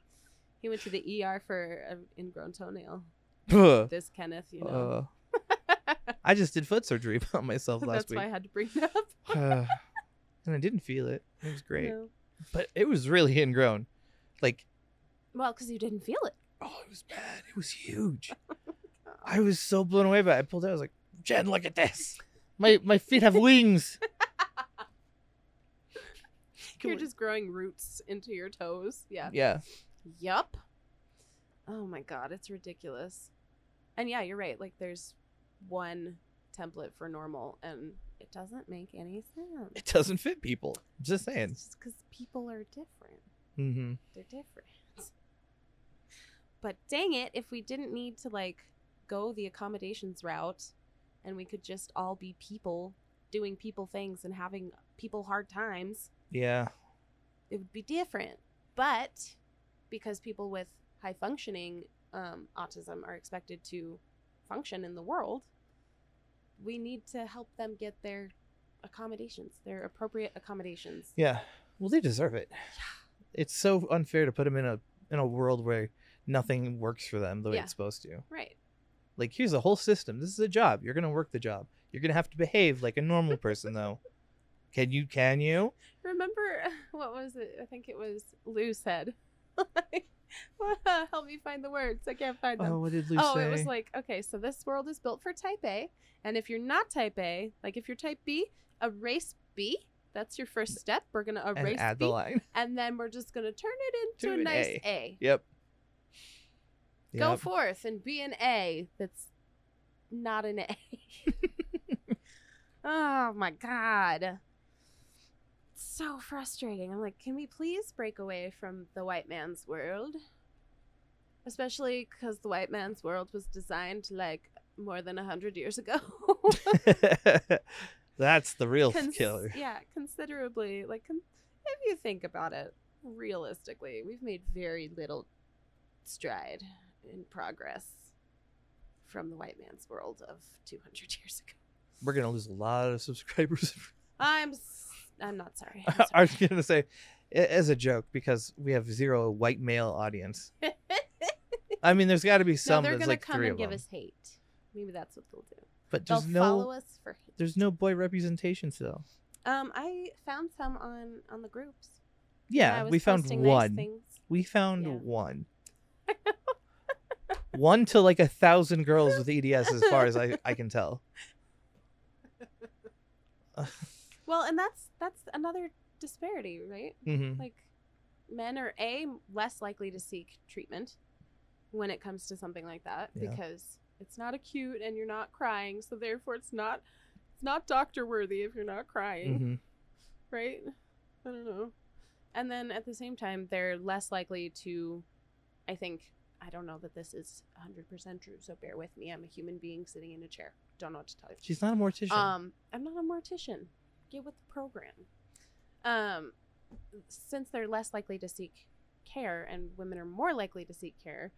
Speaker 1: He went to the ER for an ingrown toenail.
Speaker 2: Puh.
Speaker 1: This Kenneth,
Speaker 2: Oh,
Speaker 1: you know.
Speaker 2: Uh, I just did foot surgery on myself last
Speaker 1: That's why I
Speaker 2: week.
Speaker 1: had to bring it up.
Speaker 2: Uh, and I didn't feel it. It was great.
Speaker 1: No.
Speaker 2: But it was really ingrown. Like,
Speaker 1: Well, because you didn't feel it.
Speaker 2: oh, it was bad. It was huge. I was so blown away by it. I pulled out. I was like, Jen, look at this. My my feet have wings.
Speaker 1: You're just growing roots into your toes. Yeah.
Speaker 2: yeah.
Speaker 1: Yup. Oh my god, it's ridiculous. And yeah, you're right. Like there's one template for normal and it doesn't make any sense.
Speaker 2: It doesn't fit people. I'm just saying.
Speaker 1: It's just because people are different.
Speaker 2: Mm-hmm.
Speaker 1: They're different. But dang it, if we didn't need to like go the accommodations route and we could just all be people doing people things and having people hard times,
Speaker 2: Yeah.
Speaker 1: it would be different. But because people with high functioning um, autism are expected to function in the world, we need to help them get their accommodations, their appropriate accommodations.
Speaker 2: Yeah. Well, they deserve it. It's so unfair to put them in a in a world where nothing works for them the way
Speaker 1: Yeah.
Speaker 2: it's supposed to.
Speaker 1: Right.
Speaker 2: Like, here's the whole system. This is a job. You're gonna work the job. You're gonna have to behave like a normal person, though. Can you? Can you?
Speaker 1: Remember what was it? I think it was Lou said. Help me find the words. I can't find them.
Speaker 2: Oh, what did Lou
Speaker 1: Oh,
Speaker 2: say?
Speaker 1: it was like, okay, so this world is built for type A, and if you're not type A, like if you're type B, erase B. That's your first step. We're gonna
Speaker 2: and
Speaker 1: erase
Speaker 2: add
Speaker 1: B,
Speaker 2: the line.
Speaker 1: and then we're just gonna turn it into
Speaker 2: To
Speaker 1: a
Speaker 2: an
Speaker 1: nice
Speaker 2: A.
Speaker 1: A.
Speaker 2: Yep.
Speaker 1: Go
Speaker 2: Yep.
Speaker 1: forth and be an A. That's not an A. oh my god. So frustrating. I'm like, can we please break away from the white man's world? Especially because the white man's world was designed like more than a hundred years ago.
Speaker 2: That's the real
Speaker 1: Cons-
Speaker 2: killer.
Speaker 1: Yeah, considerably. Like, con- if you think about it, realistically, we've made very little stride in progress from the white man's world of 200 years ago.
Speaker 2: We're gonna lose a lot of subscribers.
Speaker 1: I'm, s- I'm not sorry. I'm
Speaker 2: I was gonna say, a- as a joke, because we have zero white male audience.
Speaker 1: sorry.
Speaker 2: I mean, there's got to be
Speaker 1: no,
Speaker 2: some.
Speaker 1: they're
Speaker 2: there's
Speaker 1: gonna
Speaker 2: like
Speaker 1: come
Speaker 2: three
Speaker 1: and
Speaker 2: of
Speaker 1: give
Speaker 2: them.
Speaker 1: us hate. Maybe that's what they'll do.
Speaker 2: but there's
Speaker 1: they'll
Speaker 2: no
Speaker 1: follow us for hate.
Speaker 2: there's no boy representation still.
Speaker 1: Um, I found some on on the groups. when I
Speaker 2: Yeah,
Speaker 1: was
Speaker 2: we found
Speaker 1: posting nice
Speaker 2: one.
Speaker 1: things.
Speaker 2: We found
Speaker 1: Yeah.
Speaker 2: one. one to like a thousand girls with EDS, as far as I I can tell.
Speaker 1: Well, and that's that's another disparity, right?
Speaker 2: hmm
Speaker 1: like men are a less likely to seek treatment when it comes to something like that
Speaker 2: Yeah.
Speaker 1: because it's not acute and you're not crying so therefore it's not it's not doctor worthy if you're not crying
Speaker 2: hmm
Speaker 1: right i don't know and then at the same time they're less likely to i think i don't know that this is 100% true so bear with me i'm a human being sitting in a chair don't know what to tell you
Speaker 2: She's not a mortician.
Speaker 1: um, I'm not a mortician. Get with the program. Um, since they're less likely to seek care and women are more likely to seek care,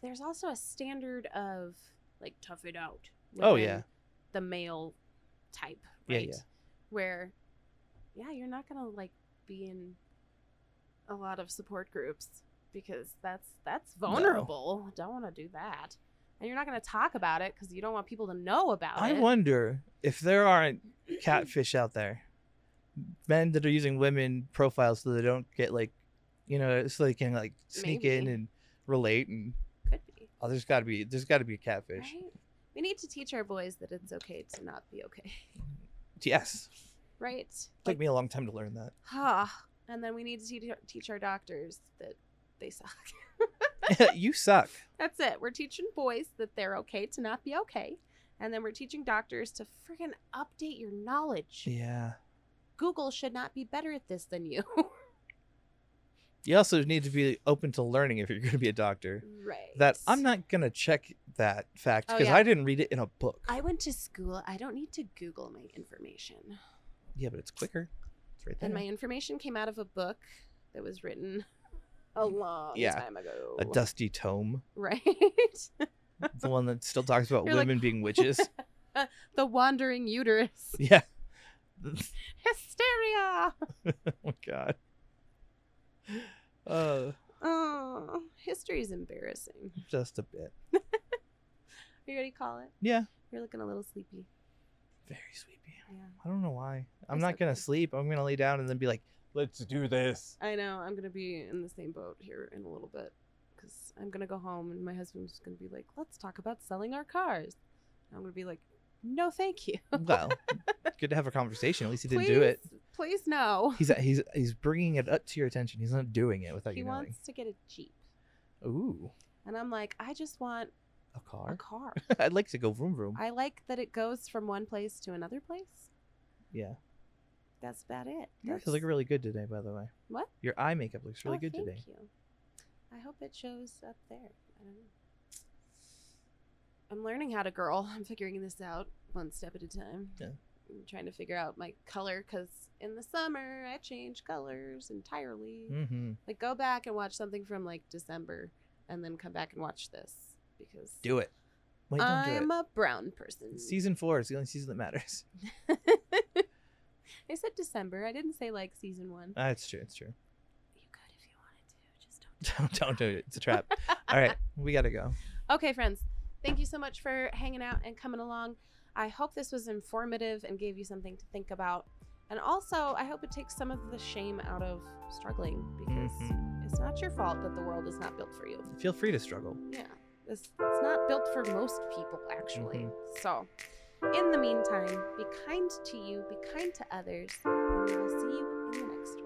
Speaker 1: there's also a standard of like tough it out.
Speaker 2: Oh,
Speaker 1: within
Speaker 2: yeah.
Speaker 1: The male type,
Speaker 2: Yeah,
Speaker 1: right?
Speaker 2: yeah.
Speaker 1: Where, yeah, you're not gonna like be in a lot of support groups because that's that's vulnerable. Don't want to do that. And you're not going to talk about it because you don't want people to know about
Speaker 2: I
Speaker 1: it.
Speaker 2: wonder if there aren't catfish out there, men that are using women profiles so they don't get like, you know, so they can like sneak in
Speaker 1: Maybe.
Speaker 2: and relate. And
Speaker 1: Could be.
Speaker 2: oh, there's got to be there's got to be a
Speaker 1: Right?
Speaker 2: catfish.
Speaker 1: We need to teach our boys that it's okay to not be okay.
Speaker 2: Yes,
Speaker 1: right?
Speaker 2: Took me a long time to learn that.
Speaker 1: ha. And then we need to te- teach our doctors that they suck.
Speaker 2: you suck.
Speaker 1: That's it. We're teaching boys that they're okay to not be okay. And then we're teaching doctors to friggin' update your knowledge.
Speaker 2: Yeah.
Speaker 1: Google should not be better at this than you.
Speaker 2: You also need to be open to learning if you're going to be a doctor.
Speaker 1: right.
Speaker 2: That I'm not going to check that fact
Speaker 1: Oh,
Speaker 2: because
Speaker 1: yeah.
Speaker 2: I didn't read it in a book.
Speaker 1: I went to school. I don't need to Google my information.
Speaker 2: Yeah, but it's quicker. It's right there.
Speaker 1: And my information came out of a book that was written a long
Speaker 2: Yeah.
Speaker 1: time ago.
Speaker 2: a dusty tome,
Speaker 1: right?
Speaker 2: the one that still talks about
Speaker 1: You're like-
Speaker 2: women being witches.
Speaker 1: the wandering uterus.
Speaker 2: yeah.
Speaker 1: Hysteria.
Speaker 2: oh my god. Uh,
Speaker 1: Oh, history's embarrassing.
Speaker 2: just a bit.
Speaker 1: Are you ready to call it?
Speaker 2: Yeah.
Speaker 1: You're looking a little sleepy.
Speaker 2: Very sleepy.
Speaker 1: Yeah.
Speaker 2: I don't know why. I'm
Speaker 1: It's
Speaker 2: not gonna
Speaker 1: okay.
Speaker 2: sleep. I'm gonna lay down and then be like, "Let's do this."
Speaker 1: I know. I'm going to be in the same boat here in a little bit because I'm going to go home and my husband's going to be like, let's talk about selling our cars. And I'm going to be like, no, thank you.
Speaker 2: Well, good to have a conversation. At least he didn't do it.
Speaker 1: Please- Please, no.
Speaker 2: He's he's he's bringing it up to your attention. He's not doing it without
Speaker 1: He
Speaker 2: you knowing.
Speaker 1: wants to get a Jeep.
Speaker 2: Ooh,
Speaker 1: And I'm like, I just want
Speaker 2: a
Speaker 1: a
Speaker 2: car.
Speaker 1: car.
Speaker 2: I'd like to go vroom vroom.
Speaker 1: I like that it goes from one place to another place.
Speaker 2: yeah,
Speaker 1: That's about it.
Speaker 2: you
Speaker 1: That's
Speaker 2: actually look really good today, by the way.
Speaker 1: What?
Speaker 2: Your eye makeup looks really
Speaker 1: Oh,
Speaker 2: good
Speaker 1: thank
Speaker 2: today.
Speaker 1: You. I hope it shows up there. I don't know. I'm learning how to girl. I'm figuring this out one step at a time.
Speaker 2: Yeah.
Speaker 1: I'm trying to figure out my color because in the summer I change colors entirely.
Speaker 2: Mm-hmm.
Speaker 1: Like go back and watch something from like December and then come back and watch this because
Speaker 2: Do it. Wait, don't
Speaker 1: I'm
Speaker 2: do
Speaker 1: a brown person.
Speaker 2: it. Season four is the only season that matters.
Speaker 1: I said December. I didn't say like season one.
Speaker 2: Ah, it's true. It's true.
Speaker 1: you could if you wanted to. Just don't.
Speaker 2: Don't don't do it. It's a trap. All right, we gotta go.
Speaker 1: Okay, friends. Thank you so much for hanging out and coming along. I hope this was informative and gave you something to think about. And also, I hope it takes some of the shame out of struggling because
Speaker 2: Mm-hmm.
Speaker 1: it's not your fault that the world is not built for you.
Speaker 2: Feel free to struggle.
Speaker 1: Yeah. This it's not built for most people actually. So, in the meantime, be kind to you, be kind to others, and we will see you in the next one.